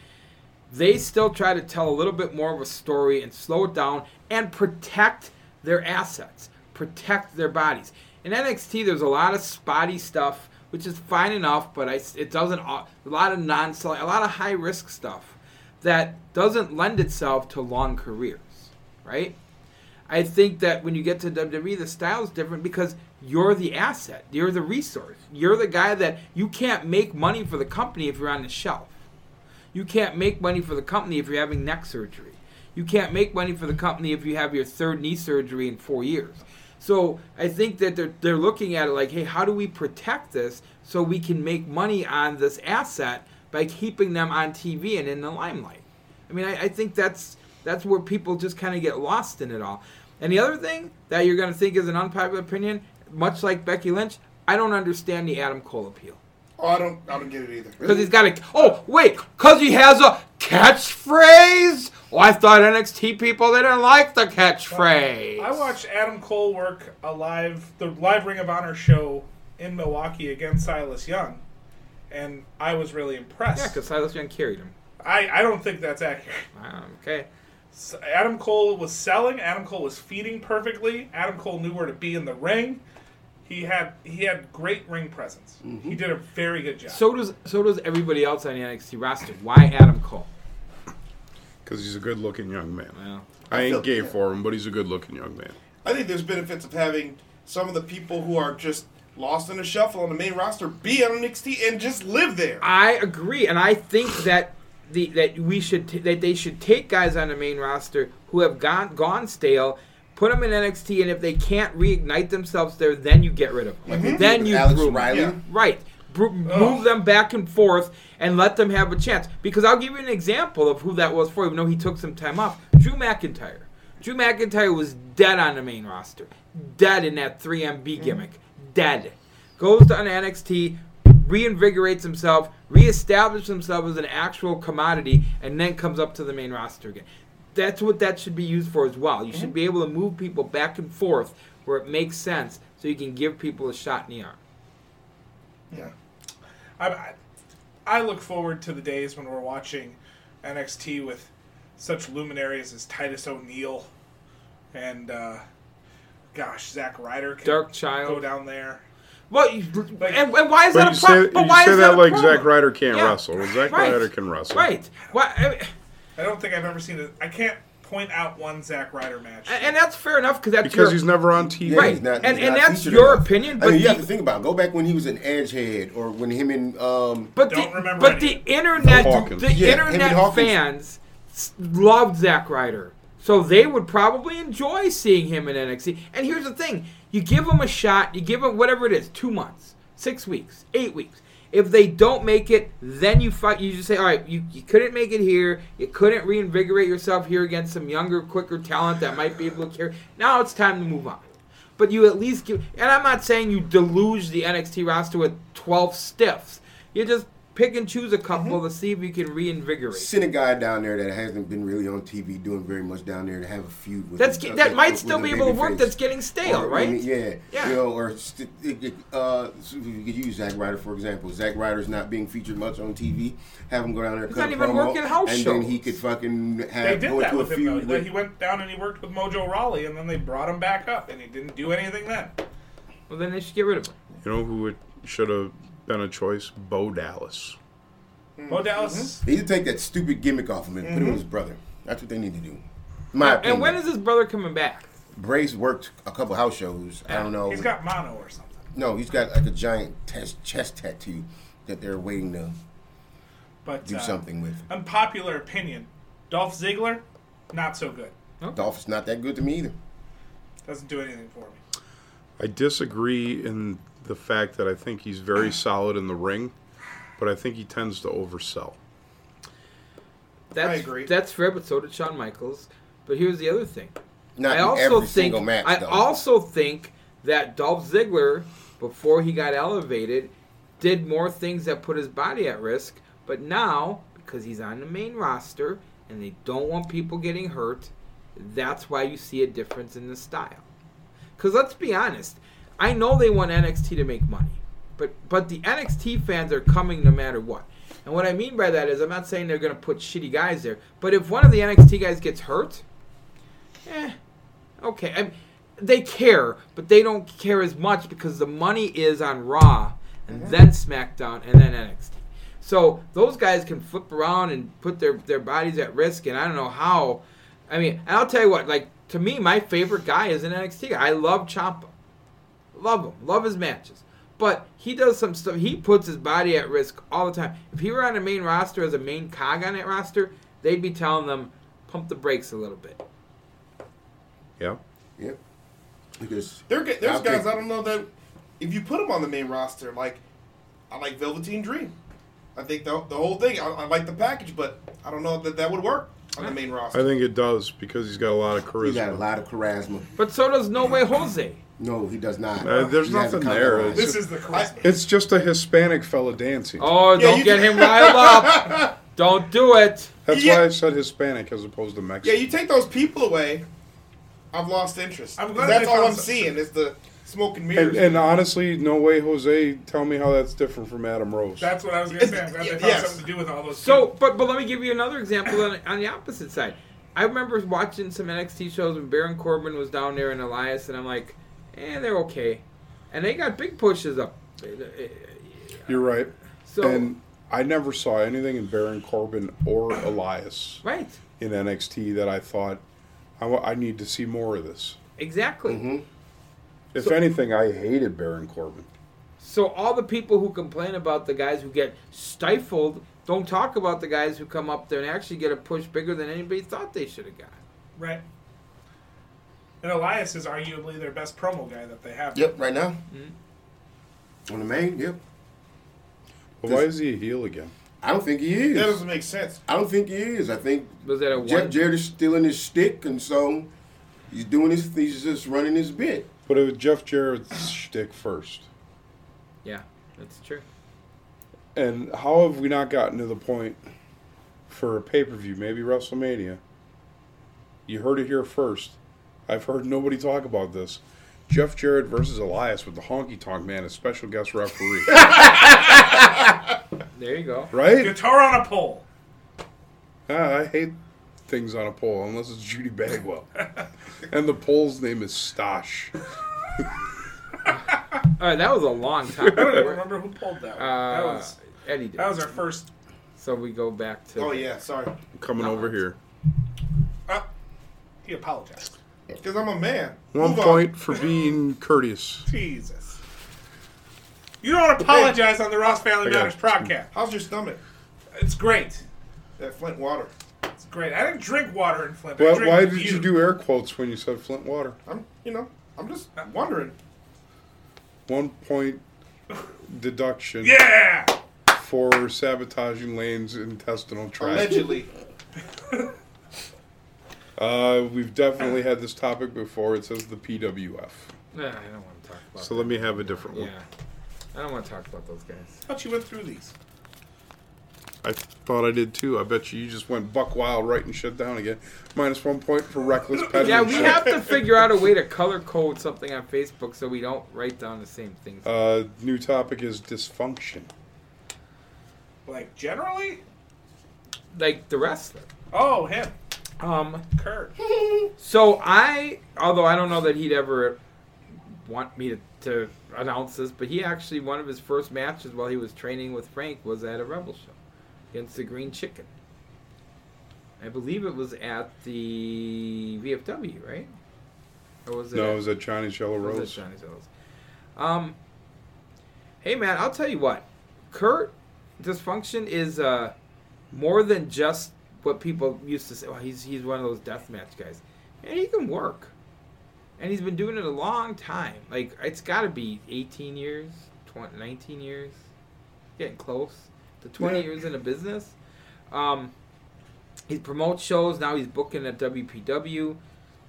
Speaker 8: They still try to tell a little bit more of a story and slow it down and protect their assets, protect their bodies. In NXT, there's a lot of spotty stuff, which is fine enough, but I, it doesn't a lot of non a lot of high risk stuff that doesn't lend itself to long careers, right? I think that when you get to WWE, the style's different because you're the asset, you're the resource, you're the guy that you can't make money for the company if you're on the shelf. You can't make money for the company if you're having neck surgery. You can't make money for the company if you have your third knee surgery in four years. So I think that they're, they're looking at it like, hey, how do we protect this so we can make money on this asset by keeping them on TV and in the limelight? I mean, I, I think that's that's where people just kind of get lost in it all. And the other thing that you're going to think is an unpopular opinion, much like Becky Lynch, I don't understand the Adam Cole appeal
Speaker 9: Oh, I don't, I don't get it either.
Speaker 8: because he's got a. Oh wait, because he has a catchphrase. Oh, I thought NXT people they didn't like the catchphrase.
Speaker 6: I watched Adam Cole work a live the live Ring of Honor show in Milwaukee against Silas Young, and I was really impressed.
Speaker 8: Yeah, because Silas Young carried him. Ah,
Speaker 6: I, I don't think that's accurate.
Speaker 8: okay.
Speaker 6: Adam Cole was selling. Adam Cole was feeding perfectly. Adam Cole knew where to be in the ring. He had he had great ring presence. He did a very good job.
Speaker 8: Mm-hmm. So does so does everybody else on the NXT roster. Why Adam Cole?
Speaker 5: Because he's a good looking young man.
Speaker 9: I
Speaker 5: I
Speaker 9: feel-
Speaker 5: ain't gay
Speaker 9: yeah.
Speaker 5: for him, but he's a good looking young man.
Speaker 9: I think there's benefits of having some of the people who are just lost in the shuffle on the main roster be on NXT and just live there.
Speaker 8: I agree, and I think that the that we should t- that they should take guys on the main roster who have gone gone stale, put them in NXT, and if they can't reignite themselves there, then you get rid of them.
Speaker 7: Like they did
Speaker 8: Then
Speaker 7: with
Speaker 8: you
Speaker 7: Alex
Speaker 8: groom them.
Speaker 7: Riley? Yeah.
Speaker 8: right? Bru- move them back and forth and let them have a chance. Because I'll give you an example of who that was for. Even though he took some time off, Drew McIntyre. Drew McIntyre was dead on the main roster, dead in that 3MB gimmick, dead. Goes to an NXT, reinvigorates himself, reestablishes himself as an actual commodity, and then comes up to the main roster again. That's what that should be used for as well. You should be able to move people back and forth where it makes sense, so you can give people a shot in the arm.
Speaker 6: Yeah. I, I, I look forward to the days when we're watching NXT with such luminaries as Titus O'Neil and, uh, gosh, Zack Ryder can
Speaker 8: Dark Child.
Speaker 6: go down there.
Speaker 8: Well, and, and why is that a
Speaker 5: But you
Speaker 8: problem?
Speaker 5: say,
Speaker 8: But
Speaker 5: you
Speaker 8: why
Speaker 5: say
Speaker 8: is
Speaker 5: that,
Speaker 8: that, a
Speaker 5: like
Speaker 8: problem?
Speaker 5: Zack Ryder can't
Speaker 8: Yeah.
Speaker 5: wrestle. Well, Zack
Speaker 8: Right.
Speaker 5: Ryder can wrestle.
Speaker 8: Right. Why? I-
Speaker 6: I don't think I've ever seen it. I can't point out one Zack Ryder match.
Speaker 8: and that's fair enough because that's
Speaker 5: Because
Speaker 8: your,
Speaker 5: he's never on TV.
Speaker 7: Yeah,
Speaker 8: Right.
Speaker 7: he's not-
Speaker 8: And-
Speaker 7: he's
Speaker 8: and
Speaker 7: not
Speaker 8: that's
Speaker 7: featured
Speaker 8: your
Speaker 7: enough.
Speaker 8: opinion,
Speaker 7: I
Speaker 8: but
Speaker 7: mean, you have
Speaker 8: the-
Speaker 7: to think about. it. Go back when he was an Edgehead, or when him and um.
Speaker 8: But the,
Speaker 6: Don't remember
Speaker 8: but
Speaker 6: any.
Speaker 8: the internet,
Speaker 5: Hawkins.
Speaker 8: the
Speaker 7: Yeah, him and
Speaker 8: internet
Speaker 7: Hawkins.
Speaker 8: fans s- loved Zack Ryder, so they would probably enjoy seeing him in NXT. And here's the thing: you give him a shot, you give him whatever it is, two months, six weeks, eight weeks. If they don't make it, then you fight. You just say, "All right, you, you couldn't make it here. You couldn't reinvigorate yourself here against some younger, quicker talent that might be able to carry. Now it's time to move on." But you at least give, and I'm not saying you deluge the NXT roster with 12 stiffs. You just pick and choose a couple to see if you can reinvigorate.
Speaker 7: Send a guy down there that hasn't been really on TV doing very much down there to have a feud with.
Speaker 8: That's
Speaker 7: him,
Speaker 8: ge- that
Speaker 7: uh,
Speaker 8: might
Speaker 7: with
Speaker 8: still
Speaker 7: a
Speaker 8: be able to
Speaker 7: babyface.
Speaker 8: work. That's getting stale,
Speaker 7: Or-
Speaker 8: right?
Speaker 7: and- Oh, Yeah,
Speaker 8: Yeah.
Speaker 7: You know, or st- it- it- uh, so you could use Zack Ryder for example. Zack Ryder's not being featured much on TV. Have him go down there,
Speaker 8: He's not
Speaker 7: cut a
Speaker 8: even
Speaker 7: promo,
Speaker 8: working house
Speaker 7: and then
Speaker 8: shows.
Speaker 7: he could fucking
Speaker 6: They
Speaker 7: have
Speaker 6: did
Speaker 7: go
Speaker 6: that
Speaker 7: into a
Speaker 6: with him, though.
Speaker 7: feud.
Speaker 6: That
Speaker 7: With,
Speaker 6: He went down and he worked with Mojo Raleigh, and then they brought him back up, and he didn't do anything then.
Speaker 7: Mm-hmm.
Speaker 8: Well, then they should get rid of him.
Speaker 5: You know who it should have been a choice? Bo Dallas.
Speaker 6: Mo Dallas,
Speaker 7: they need to take that stupid gimmick off him and put him with his brother. That's what they need to do. My opinion.
Speaker 8: And when is his brother coming back?
Speaker 7: Bray's worked a couple house shows. I don't know.
Speaker 6: he's got mono or something.
Speaker 7: no, he's got like a giant test, chest tattoo that they're waiting to
Speaker 6: But
Speaker 7: do
Speaker 6: uh,
Speaker 7: something with.
Speaker 6: Unpopular opinion: Dolph Ziggler, not so good.
Speaker 7: Dolph is not that good to me either.
Speaker 6: Doesn't do anything for me.
Speaker 5: I disagree in the fact that I think he's very solid in the ring, but I think he tends to oversell.
Speaker 8: That's,
Speaker 6: agree.
Speaker 8: That's fair, but so did Shawn Michaels. But here's the other thing.
Speaker 7: Not
Speaker 8: I
Speaker 7: in
Speaker 8: also
Speaker 7: every
Speaker 8: think
Speaker 7: single match.
Speaker 8: I
Speaker 7: though.
Speaker 8: also think that Dolph Ziggler, before he got elevated, did more things that put his body at risk. But now, because he's on the main roster and they don't want people getting hurt, that's why you see a difference in the style. Because let's be honest, I know they want NXT to make money, but but the NXT fans are coming no matter what. And what I mean by that is, I'm not saying they're going to put shitty guys there, but if one of the NXT guys gets hurt, eh, okay. I mean, they care, but they don't care as much because the money is on Raw and then SmackDown and then NXT. So those guys can flip around and put their, their bodies at risk, and I don't know how. I mean, and I'll tell you what, like, to me, my favorite guy is an NXT guy. I love Ciampa. Love him. Love his matches. But he does some stuff. He puts his body at risk all the time. If he were on the main roster as a main cog on that roster, they'd be telling them, pump the brakes a little bit.
Speaker 2: Yeah.
Speaker 7: Yeah. Because
Speaker 9: There, g- there's
Speaker 7: I
Speaker 9: guys
Speaker 7: think-
Speaker 9: I don't know that if you put them on the main roster, like I like Velveteen Dream. I think the, the whole thing. I, I like the package, but I don't know that that would work on the main
Speaker 5: I
Speaker 9: roster.
Speaker 5: think it does because he's got a lot of charisma. He's
Speaker 7: got a lot of charisma.
Speaker 8: But so does No Way Jose.
Speaker 7: No, he does not.
Speaker 5: Uh, there's
Speaker 7: He has a
Speaker 5: nothing there.
Speaker 7: compromise.
Speaker 5: It's just- It's just a Hispanic fella dancing.
Speaker 8: Oh, don't get him riled up. Don't do it.
Speaker 5: That's why I said Hispanic as opposed to
Speaker 9: Yeah,
Speaker 5: Mexican.
Speaker 9: you take those people away, I've lost interest.
Speaker 6: I'm
Speaker 9: 'Cause
Speaker 6: glad
Speaker 9: that's
Speaker 6: they
Speaker 9: all
Speaker 6: found
Speaker 9: I'm
Speaker 6: some-
Speaker 9: seeing is the smoke and mirrors.
Speaker 5: and, and honestly, no way, Jose. Tell me how that's different from Adam Rose.
Speaker 6: That's what I was gonna say. I'm glad they found
Speaker 8: Yes.
Speaker 6: something to do with all those.
Speaker 8: So, but but let me give you another example on, on the opposite side. I remember watching some NXT shows when Baron Corbin was down there in Elias, and I'm like, eh, they're okay, and they got big pushes up.
Speaker 5: You're right.
Speaker 8: So-
Speaker 5: and I never saw anything in Baron Corbin or Elias
Speaker 8: Right.
Speaker 5: in NXT that I thought I, wa- I need to see more of this.
Speaker 8: Exactly.
Speaker 5: If
Speaker 8: So-
Speaker 5: anything, I hated Baron Corbin.
Speaker 8: So all the people who complain about the guys who get stifled don't talk about the guys who come up there and actually get a push bigger than anybody thought they should have got.
Speaker 6: Right. And Elias is arguably their best promo guy that they have.
Speaker 7: Yep, right now.
Speaker 8: Mm-hmm.
Speaker 7: On the main, yep.
Speaker 5: But why is he a heel again?
Speaker 7: I don't think he is.
Speaker 9: That doesn't make sense.
Speaker 7: I don't think he is. I think
Speaker 8: Was that a
Speaker 7: Jeff
Speaker 8: one?
Speaker 7: Jarrett is stealing his stick, and so he's doing his. He's just running his bit.
Speaker 5: But it was Jeff Jarrett's shtick first.
Speaker 8: Yeah, that's true.
Speaker 5: And how have we not gotten to the point for a pay per view, maybe WrestleMania? You heard it here first. I've heard nobody talk about this. Jeff Jarrett versus Elias with the honky tonk man as special guest referee.
Speaker 8: There you go.
Speaker 5: right?
Speaker 6: Guitar on a pole.
Speaker 5: Ah, I hate things on a pole unless it's Judy Bagwell. and the pole's name is Stosh.
Speaker 8: All right, that was a long time.
Speaker 6: I don't even remember who pulled that. One.
Speaker 8: Uh,
Speaker 6: that was
Speaker 8: Eddie did.
Speaker 6: that was our first.
Speaker 8: So we go back to.
Speaker 9: Oh yeah, sorry.
Speaker 5: Coming over here.
Speaker 6: uh, He apologized.
Speaker 9: Because I'm a man.
Speaker 5: One
Speaker 9: Move on.
Speaker 5: point for being courteous.
Speaker 6: Jesus. You don't apologize on the Ross Family
Speaker 5: I got
Speaker 6: Matters
Speaker 5: it.
Speaker 6: podcast.
Speaker 9: How's your stomach?
Speaker 6: It's great.
Speaker 9: That Flint water.
Speaker 6: It's great. I didn't drink water in Flint. I
Speaker 5: But
Speaker 6: drank
Speaker 5: why did you
Speaker 6: you
Speaker 5: do air quotes when you said Flint water?
Speaker 9: I'm, you know, I'm just wondering.
Speaker 5: One point deduction
Speaker 6: Yeah.
Speaker 5: for sabotaging Lane's intestinal tract.
Speaker 9: Allegedly,
Speaker 5: Uh, we've definitely had this topic before. It says the PWF.
Speaker 8: Nah, I don't want to talk about.
Speaker 5: So let me have a different one.
Speaker 8: yeah, I don't want to talk about those guys.
Speaker 6: I thought you went through these.
Speaker 5: I thought I did too. I bet you you just went buck wild writing shit down again. Minus one point for reckless peddling.
Speaker 8: Yeah, we
Speaker 5: shit.
Speaker 8: have to figure out a way to color code something on Facebook so we don't write down the same things.
Speaker 5: Uh, new topic is dysfunction.
Speaker 6: Like generally.
Speaker 8: Like the wrestler.
Speaker 6: Oh, him.
Speaker 8: Um.
Speaker 6: Kurt.
Speaker 8: So I, although I don't know that he'd ever want me to, to announce this, but he actually one of his first matches while he was training with Frank was at a Rebel show against the Green Chicken. I believe it was at the VFW, right? Or was it?
Speaker 5: No,
Speaker 8: at-
Speaker 5: it was at Johnny's Yellow
Speaker 8: was at
Speaker 5: Rose.
Speaker 8: Johnny's Rose. Um. Hey man, I'll tell you what. Kurt dysfunction is uh, more than just what people used to say. Well, he's he's one of those deathmatch guys, and he can work, and he's been doing it a long time. Like it's got to be 18 years, 20, 19 years, getting close to 20
Speaker 5: Yeah.
Speaker 8: years in the business. Um, he promotes shows now. He's booking at WPW.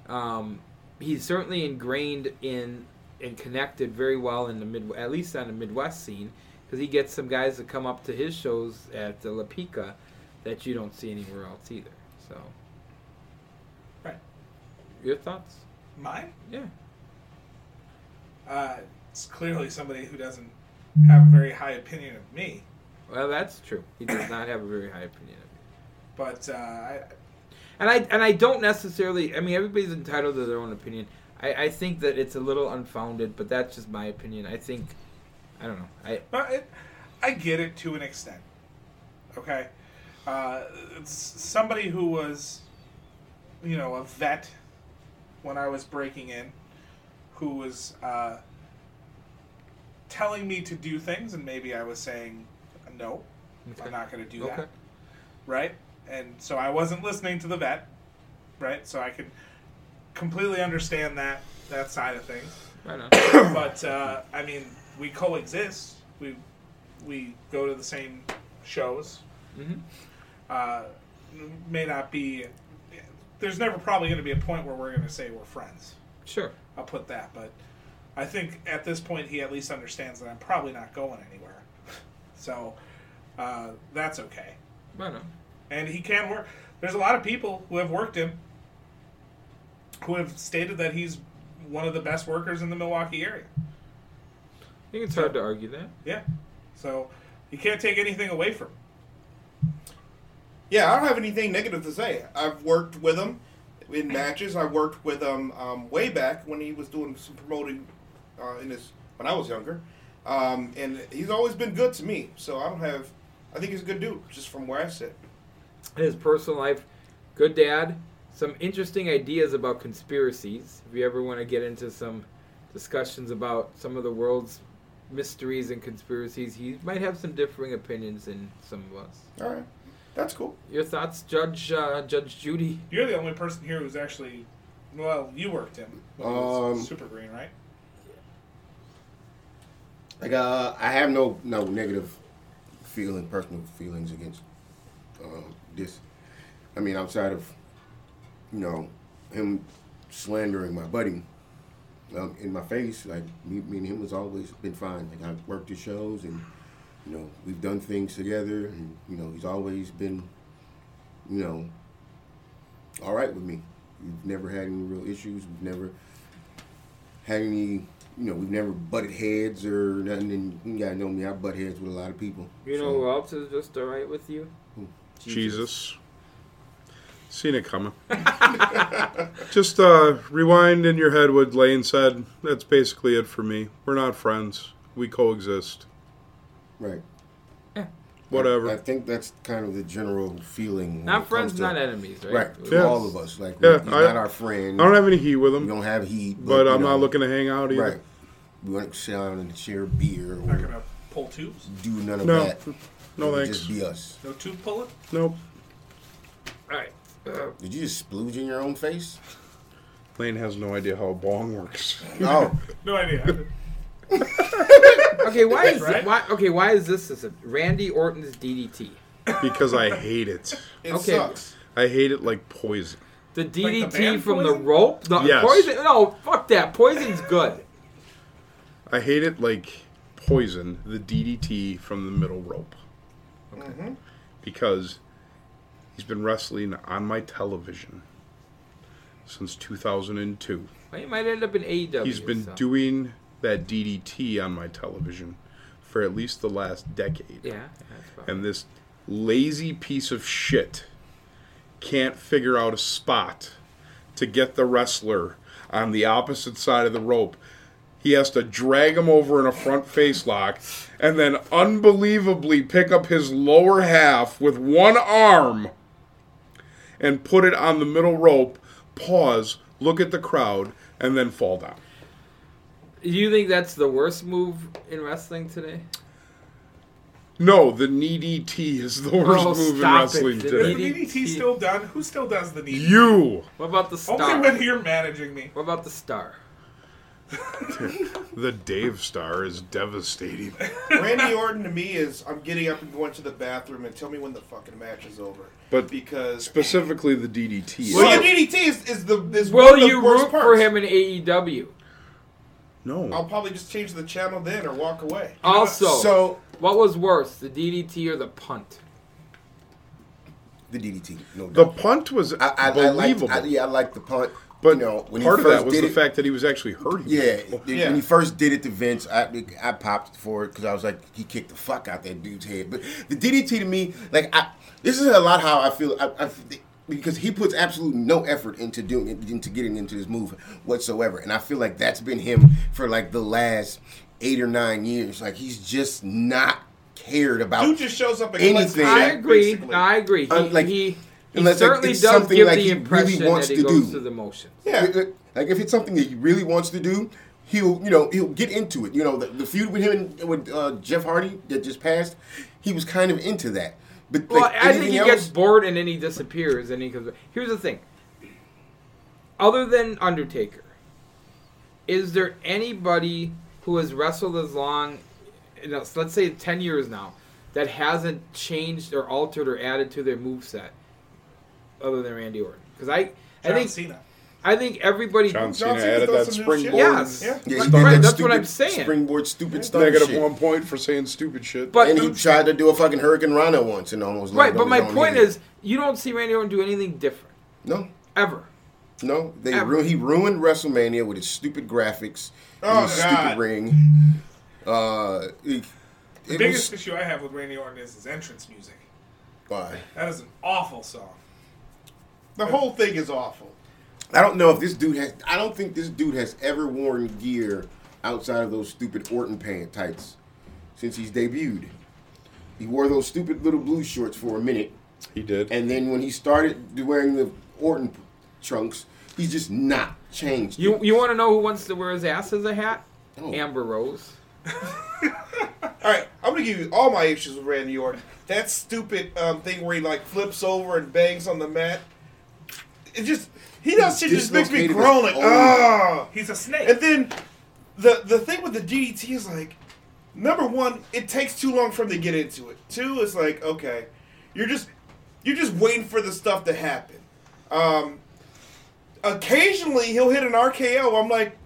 Speaker 8: Um, he's certainly ingrained in and connected very well in the mid, at least on the Midwest scene, because he gets some guys that come up to his shows at the La Pica that you don't see anywhere else either. So,
Speaker 6: Right.
Speaker 8: your thoughts?
Speaker 6: Mine.
Speaker 8: Yeah.
Speaker 6: Uh, it's clearly somebody who doesn't have a very high opinion of me.
Speaker 8: Well, that's true. He does not have a very high opinion of you.
Speaker 6: But uh, I,
Speaker 8: And I and I don't necessarily. I mean, everybody's entitled to their own opinion. I, I think that it's a little unfounded, but that's just my opinion. I think, I don't know. I
Speaker 6: But it, I get it to an extent. Okay, uh, it's somebody who was, you know, a vet when I was breaking in, who was uh, telling me to do things, and maybe I was saying, "No,
Speaker 8: Okay.
Speaker 6: I'm not going to do
Speaker 8: Okay.
Speaker 6: that," right? And so I wasn't listening to the vet, right? So I can completely understand that that side of things.
Speaker 8: Right on.
Speaker 6: but uh, I mean, we coexist. We we go to the same shows.
Speaker 8: Mhm.
Speaker 6: Uh, may not be. There's never probably going to be a point where we're going to say we're friends.
Speaker 8: Sure.
Speaker 6: I'll put that, but I think at this point he at least understands that I'm probably not going anywhere. So uh, that's okay.
Speaker 8: Right on.
Speaker 6: And he can work. There's a lot of people who have worked him who have stated that he's one of the best workers in the Milwaukee area.
Speaker 8: I think it's hard to argue that.
Speaker 6: Yeah. So you can't take anything away from him.
Speaker 9: Yeah, I don't have anything negative to say. I've worked with him in matches. I worked with him um, way back when he was doing some promoting uh, in his when I was younger, um, and he's always been good to me. So I don't have. I think he's a good dude, just from where I sit.
Speaker 8: in his personal life. Good dad. Some interesting ideas about conspiracies. If you ever want to get into some discussions about some of the world's mysteries and conspiracies, he might have some differing opinions than some of us.
Speaker 9: All right, that's cool.
Speaker 8: Your thoughts, Judge uh, Judge Judy?
Speaker 6: You're the only person here who's actually. Well, you worked him. when he was
Speaker 7: Um,
Speaker 6: super green, right?
Speaker 7: Like uh, I have no no negative feeling, personal feelings against um, this. I mean, outside of you know him slandering my buddy um, in my face, like me, me and him has always been fine. Like I've worked his shows, and you know we've done things together, and you know he's always been you know all right with me. We've never had any real issues. We've never had any, you know, we've never butted heads or nothing. And you gotta know me, I butt heads with a lot of people.
Speaker 8: You know who else is just all right with you?
Speaker 5: Jesus. Seen it coming. Just uh, rewind in your head what Lane said. That's basically it for me. We're not friends. We coexist.
Speaker 7: Right.
Speaker 5: Whatever.
Speaker 7: I, I think that's kind of the general feeling. when
Speaker 8: Not
Speaker 7: it comes
Speaker 8: friends,
Speaker 7: to-
Speaker 8: not enemies, right?
Speaker 7: Right.
Speaker 8: Yeah.
Speaker 7: For all of us, like
Speaker 5: Yeah,
Speaker 7: he's
Speaker 5: I-
Speaker 7: not our friend.
Speaker 5: I don't have any heat with him.
Speaker 7: We don't have heat,
Speaker 5: But
Speaker 7: you
Speaker 5: I'm not looking to hang out either.
Speaker 7: Right. We don't sit down and share beer or
Speaker 6: Not gonna pull tubes.
Speaker 7: do none of
Speaker 5: No.
Speaker 7: that.
Speaker 5: No
Speaker 7: It would
Speaker 5: thanks.
Speaker 7: Just be us.
Speaker 6: No tube pulling.
Speaker 5: Nope.
Speaker 8: All right.
Speaker 7: Did you just splooge in your own face?
Speaker 5: Lane has no idea how a bong works.
Speaker 7: Oh.
Speaker 6: No idea.
Speaker 8: Okay, why is
Speaker 6: Right?
Speaker 8: why okay why is this this Randy Orton's DDT?
Speaker 5: because I hate it.
Speaker 9: It
Speaker 8: Okay.
Speaker 9: sucks.
Speaker 5: I hate it like poison.
Speaker 8: The DDT
Speaker 6: band
Speaker 8: from the
Speaker 6: Poison?
Speaker 8: rope, the
Speaker 5: Yes.
Speaker 8: poison. No, fuck that. Poison's good.
Speaker 5: I hate it like poison, the DDT from the middle rope.
Speaker 8: Okay.
Speaker 5: Because he's been wrestling on my television since 2002.
Speaker 8: Well, you might end up in AEW.
Speaker 5: He's been
Speaker 8: so.
Speaker 5: doing that DDT on my television for at least the last decade.
Speaker 8: Yeah. that's fine.
Speaker 5: And this lazy piece of shit can't figure out a spot to get the wrestler on the opposite side of the rope. He has to drag him over in a front face lock and then unbelievably pick up his lower half with one arm and put it on the middle rope, pause, look at the crowd, and then fall down.
Speaker 8: Do you think that's the worst move in wrestling today?
Speaker 5: No, the knee DT is the worst
Speaker 8: Oh,
Speaker 5: move in
Speaker 8: stop it.
Speaker 5: wrestling
Speaker 8: The
Speaker 5: today.
Speaker 6: Is the DDT still done? Who still does the DDT?
Speaker 5: You!
Speaker 8: What about the
Speaker 6: Only
Speaker 8: star?
Speaker 6: when you're managing me.
Speaker 8: What about the star?
Speaker 5: The Dave Star is devastating.
Speaker 9: Randy Orton to me is I'm getting up and going to the bathroom and tell me when the fucking match is over.
Speaker 5: But-
Speaker 9: because
Speaker 5: Specifically, the DDT.
Speaker 9: well, your DDT is, is the is one
Speaker 8: Will
Speaker 9: of the
Speaker 8: you
Speaker 9: worst
Speaker 8: root
Speaker 9: parts.
Speaker 8: for him in E AEW?
Speaker 9: I'll
Speaker 5: no.
Speaker 9: probably just change the channel then or walk away.
Speaker 8: Also,
Speaker 7: So
Speaker 8: what was worse, the DDT or the punt?
Speaker 7: the DDT, no
Speaker 5: The
Speaker 7: doubt.
Speaker 5: punt was
Speaker 7: I, I, I like.
Speaker 5: believable.
Speaker 7: I, yeah, I like the punt.
Speaker 5: but
Speaker 7: you know, when
Speaker 5: part
Speaker 7: he
Speaker 5: of
Speaker 7: first
Speaker 5: that was
Speaker 7: did
Speaker 5: the
Speaker 7: it,
Speaker 5: fact that he was actually hurting.
Speaker 7: Yeah,
Speaker 5: people.
Speaker 7: it-
Speaker 9: Yeah.
Speaker 7: when he first did it to Vince, I I popped for it because I was like, he kicked the fuck out that dude's head. But the DDT to me, like, I this is a lot how I feel. I, I, because he puts absolute no effort into doing it, into getting into this move whatsoever, and I feel like that's been him for like the last eight or nine years. Like he's just not cared about.
Speaker 9: Dude just shows up and
Speaker 7: Anything.
Speaker 9: collects
Speaker 8: I
Speaker 9: Jack,
Speaker 8: agree.
Speaker 9: basically.
Speaker 8: I agree. He,
Speaker 7: Uh, like,
Speaker 8: he, he
Speaker 7: unless, like,
Speaker 8: certainly
Speaker 7: it's
Speaker 8: does
Speaker 7: something
Speaker 8: give
Speaker 7: like
Speaker 8: the
Speaker 7: he really
Speaker 8: impression
Speaker 7: wants
Speaker 8: that he
Speaker 7: to
Speaker 8: goes
Speaker 7: do.
Speaker 8: through the motions.
Speaker 9: Yeah.
Speaker 7: Like if it's something that he really wants to do, he'll you know he'll get into it. You know the, the feud with him and with uh, Jeff Hardy that just passed, he was kind of into that. But
Speaker 8: Well,
Speaker 7: like,
Speaker 8: I think
Speaker 7: anything
Speaker 8: he
Speaker 7: else,
Speaker 8: gets bored and then he disappears and he comes. Here's the thing: other than Undertaker, is there anybody who has wrestled as long, you know, let's say 10 years now, that hasn't changed or altered or added to their moveset other than Randy Orton? Because I, I
Speaker 6: John
Speaker 8: think.
Speaker 6: Cena.
Speaker 8: I think everybody.
Speaker 6: John John Cena Cena's added done that some new shit. springboard-
Speaker 8: Yes,
Speaker 6: Yeah.
Speaker 7: Yeah, he
Speaker 8: right.
Speaker 7: did that
Speaker 8: That's
Speaker 7: stupid
Speaker 8: what I'm saying.
Speaker 7: Springboard stupid stuff.
Speaker 5: Negative
Speaker 7: shit.
Speaker 5: one point for saying stupid shit.
Speaker 8: But-
Speaker 7: and he tried to do a fucking Hurricane Rana once and almost.
Speaker 8: Right,
Speaker 7: landed
Speaker 8: but
Speaker 7: on
Speaker 8: my
Speaker 7: his own
Speaker 8: point
Speaker 7: head.
Speaker 8: is, you don't see Randy Orton do anything different
Speaker 7: no,
Speaker 8: ever.
Speaker 7: no. They
Speaker 8: Ever.
Speaker 7: ru- he ruined WrestleMania with his stupid graphics,
Speaker 6: Oh,
Speaker 7: and his
Speaker 6: God.
Speaker 7: stupid ring. Uh, it,
Speaker 6: The
Speaker 7: it
Speaker 6: biggest
Speaker 7: was
Speaker 6: issue I have with Randy Orton is his entrance music.
Speaker 7: why.
Speaker 6: That is an awful song.
Speaker 9: The whole thing is awful.
Speaker 7: I don't know if this dude has. I don't think this dude has ever worn gear outside of those stupid Orton pant tights since he's debuted. He wore those stupid little blue shorts for a minute.
Speaker 5: He did.
Speaker 7: And then when he started wearing the Orton trunks, he's just not changed.
Speaker 8: You you want to know who wants to wear his ass as a hat?
Speaker 5: Oh.
Speaker 8: Amber Rose.
Speaker 9: All right, I'm gonna give you all my issues with Randy Orton. That stupid um, thing where he like flips over and bangs on the mat. It just he does shit just makes me
Speaker 7: Dislocated
Speaker 9: groan like
Speaker 7: his
Speaker 9: ah.
Speaker 6: He's a snake.
Speaker 9: And then the the thing with the DDT is like, number one, it takes too long for him to get into it. Two, it's like okay, you're just you're just waiting for the stuff to happen. Um, occasionally he'll hit an RKO. I'm like,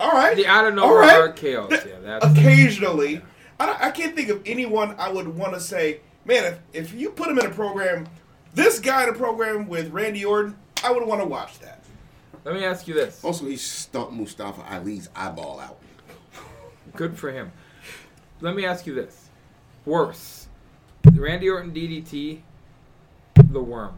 Speaker 9: all right,
Speaker 8: The out of
Speaker 9: all
Speaker 8: nowhere
Speaker 9: right.
Speaker 8: RKOs. Yeah, that's
Speaker 9: Occasionally, I, don't- I can't think of anyone I would want to say, man, if, if you put him in a program, this guy in a program with Randy Orton, I would want to watch that.
Speaker 8: Let me ask you this.
Speaker 7: Also, he stumped Mustafa Ali's eyeball out.
Speaker 8: Good for him. Let me ask you this. Worse. the Randy Orton DDT, the worm.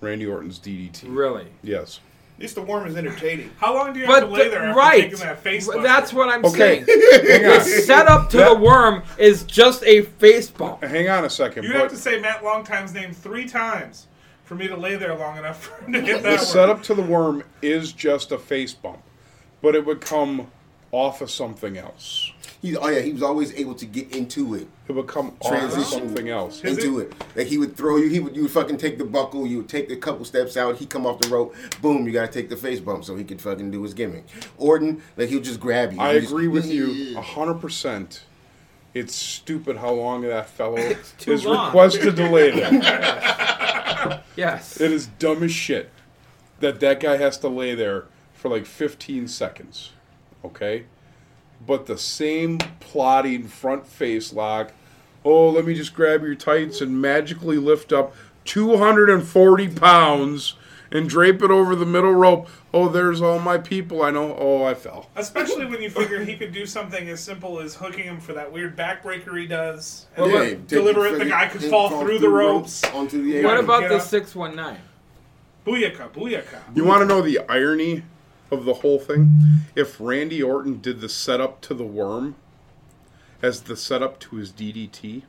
Speaker 5: Randy Orton's DDT.
Speaker 8: Really?
Speaker 5: Yes.
Speaker 9: At least the worm is entertaining.
Speaker 6: How long do you have
Speaker 8: But
Speaker 6: to lay
Speaker 8: the-
Speaker 6: there after
Speaker 8: right.
Speaker 6: taking that face?
Speaker 8: But
Speaker 6: buster?
Speaker 8: That's what I'm
Speaker 5: Okay.
Speaker 8: saying. the setup to the worm is just a face bump.
Speaker 5: Hang on a second.
Speaker 6: You
Speaker 5: but
Speaker 6: have to say Matt Longtime's name three times for me to lay there long enough for him to get
Speaker 5: the
Speaker 6: that one.
Speaker 5: setup to the worm is just a face bump, but it would come off of something else.
Speaker 7: He, oh yeah, he was always able to get into it.
Speaker 5: It would come off of
Speaker 7: Transition.
Speaker 5: something else.
Speaker 7: into it. Like he would throw you, he would you would fucking take the buckle, you would take a couple steps out, he come off the rope, boom, you gotta take the face bump so he could fucking do his gimmick. Orton, like he'll just grab you.
Speaker 5: I
Speaker 7: He just-
Speaker 5: agree with you hundred percent. It's stupid how long that fellow
Speaker 8: too
Speaker 5: is
Speaker 8: long.
Speaker 5: requested to lay there.
Speaker 8: Yes.
Speaker 5: It is dumb as shit that that guy has to lay there for like 15 seconds. Okay? But the same plotting front face lock. Oh, let me just grab your tights and magically lift up 240 pounds and drape it over the middle rope. Oh, there's all my people. I know. Oh, I fell.
Speaker 6: Especially when you figure he could do something as simple as hooking him for that weird backbreaker he does. And
Speaker 7: Yeah,
Speaker 6: then
Speaker 7: take
Speaker 6: deliver it,
Speaker 7: fucking-
Speaker 6: the guy could
Speaker 7: and
Speaker 6: fall through the ropes.
Speaker 7: onto the
Speaker 8: What
Speaker 7: apron.
Speaker 8: about
Speaker 6: Get
Speaker 8: the
Speaker 6: up.
Speaker 8: 619?
Speaker 6: Booyaka, booyaka.
Speaker 5: You want to know the irony of the whole thing? If Randy Orton did the setup to the worm as the setup to his DDT,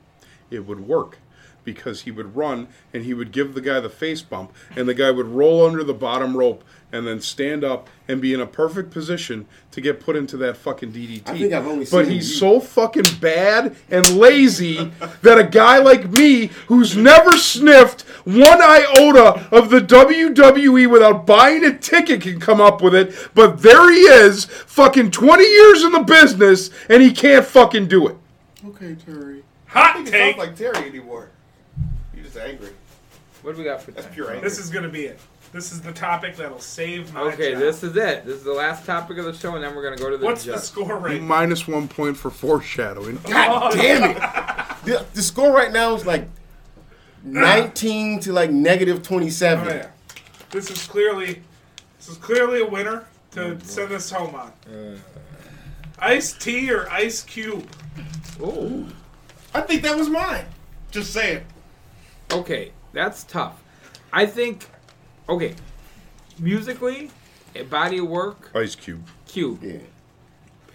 Speaker 5: it would work because he would run and he would give the guy the face bump and the guy would roll under the bottom rope and then stand up and be in a perfect position to get put into that fucking DDT.
Speaker 7: I think I've only
Speaker 5: but
Speaker 7: seen
Speaker 5: he's
Speaker 7: you-
Speaker 5: so fucking bad and lazy that a guy like me who's never sniffed one iota of the WWE without buying a ticket can come up with it, but there he is, fucking 20 years in the business and he can't fucking do it.
Speaker 7: Okay, Terry.
Speaker 9: I
Speaker 6: Hot
Speaker 9: don't think
Speaker 6: take.
Speaker 9: he sounds like Terry anymore. You're just angry.
Speaker 8: What do we got for
Speaker 9: That's
Speaker 8: time?
Speaker 9: pure anger.
Speaker 6: This is gonna be it. This is the topic that'll save my
Speaker 8: Okay,
Speaker 6: job.
Speaker 8: this is it. This is the last topic of the show, and then we're going to go to the
Speaker 6: What's the
Speaker 8: judge.
Speaker 6: score Oh, right now?
Speaker 5: Minus one point for foreshadowing.
Speaker 7: God damn it. The, the score right now is like 19 to like negative 27.
Speaker 6: Oh, yeah. This is clearly this is clearly a winner to send us home on. Ice T or Ice Cube?
Speaker 8: Ooh.
Speaker 9: I think that was mine. Just saying.
Speaker 8: Okay, that's tough. I think, okay, musically, eh, body of work,
Speaker 5: Ice Cube.
Speaker 8: Cube.
Speaker 7: Yeah.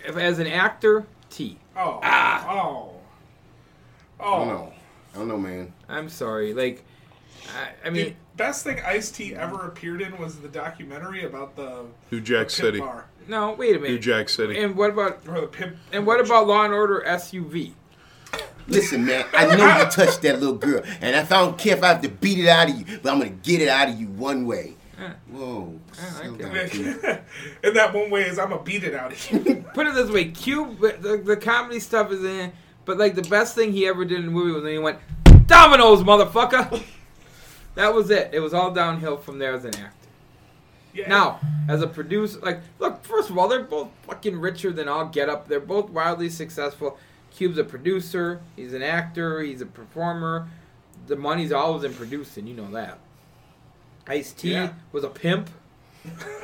Speaker 8: If, as an actor, T.
Speaker 6: Oh. Oh.
Speaker 7: I
Speaker 6: Oh.
Speaker 7: don't know. I don't know, man.
Speaker 8: I'm sorry. Like, I, I mean,
Speaker 6: The best thing Ice T ever appeared in was the documentary about the
Speaker 5: New Jack
Speaker 6: pimp
Speaker 5: City.
Speaker 6: bar
Speaker 8: no, wait a minute.
Speaker 5: New Jack City.
Speaker 8: And what about
Speaker 6: or the pimp.
Speaker 8: and what about Law and Order SUV?
Speaker 7: Listen, man, I know you touched that little girl, and if I don't care if I have to beat it out of you, but I'm gonna get it out of you one way. Whoa.
Speaker 8: I like
Speaker 6: it. and that one way is I'm gonna beat it out of you.
Speaker 8: Put it this way, Cube, the, the comedy stuff is in, it, but like the best thing he ever did in the movie was when he went dominoes, motherfucker. that was it. It was all downhill from there as an actor. Now, as a producer, like, look, first of all, they're both fucking richer than all get up. They're both wildly successful. Cube's a producer. He's an actor. He's a performer. The money's always in producing. You know that. Ice T
Speaker 6: Yeah.
Speaker 8: was a pimp.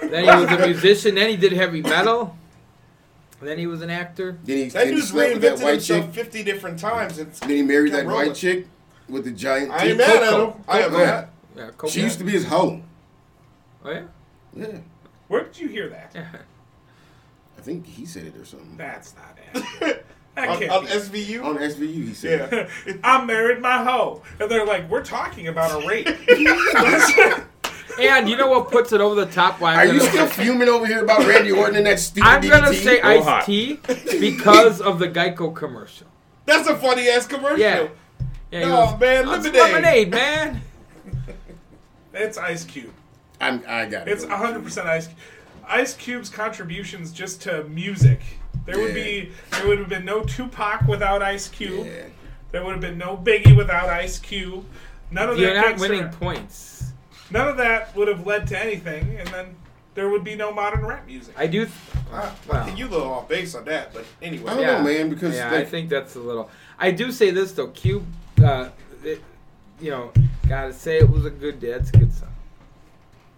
Speaker 8: then he was a musician. Then he did heavy metal. Then he was an actor.
Speaker 7: Then he-
Speaker 9: That
Speaker 7: then he
Speaker 9: dude's
Speaker 7: slept with that
Speaker 9: reinvented
Speaker 7: white
Speaker 9: himself
Speaker 7: chick.
Speaker 9: 50 different times. And
Speaker 7: Then he married
Speaker 9: kept
Speaker 7: that
Speaker 9: rolling.
Speaker 7: white chick with the giant.
Speaker 9: I
Speaker 7: teeth.
Speaker 9: ain't mad at
Speaker 7: Coco.
Speaker 9: him. I am
Speaker 7: Coco.
Speaker 9: mad.
Speaker 8: Yeah,
Speaker 7: She used to be his hoe.
Speaker 8: Oh yeah.
Speaker 7: Yeah.
Speaker 6: Where did you hear that?
Speaker 7: I think he said it or something.
Speaker 6: That's not it. That can't be.
Speaker 9: SVU?
Speaker 7: On SVU, he said. it.
Speaker 6: I married my hoe. And they're like, we're talking about a rape.
Speaker 8: And you know what puts it over the top? Why I'm
Speaker 7: Are you
Speaker 8: gonna-
Speaker 7: still Oh, fuming over here about Randy Orton and that stupid
Speaker 8: I'm gonna
Speaker 7: DDT?
Speaker 8: say Ice T because of the Geico commercial.
Speaker 9: That's a funny ass commercial.
Speaker 8: Yeah. Yeah, he
Speaker 9: Oh,
Speaker 8: goes,
Speaker 9: man,
Speaker 8: "That's
Speaker 9: lemonade."
Speaker 8: lemonade, man.
Speaker 6: it's Ice Cube.
Speaker 7: I'm, I got it.
Speaker 6: It's 100% Ice Cube. Ice Cube's contributions just to music. There would be there would have been no Tupac without Ice Cube. There would have been no Biggie without Ice Cube. None of
Speaker 8: You're
Speaker 6: that
Speaker 8: not
Speaker 6: gangster-
Speaker 8: winning points.
Speaker 6: None of that would have led to anything, and then there would be no modern rap music.
Speaker 8: I do. Th-
Speaker 9: I,
Speaker 8: Wow.
Speaker 9: You a little off base on that, but anyway.
Speaker 7: I don't know, man, because
Speaker 8: yeah,
Speaker 7: they-
Speaker 8: I think that's a little. I do say this though, Cube. Uh, it, you know, gotta say it was a good. That's a good song.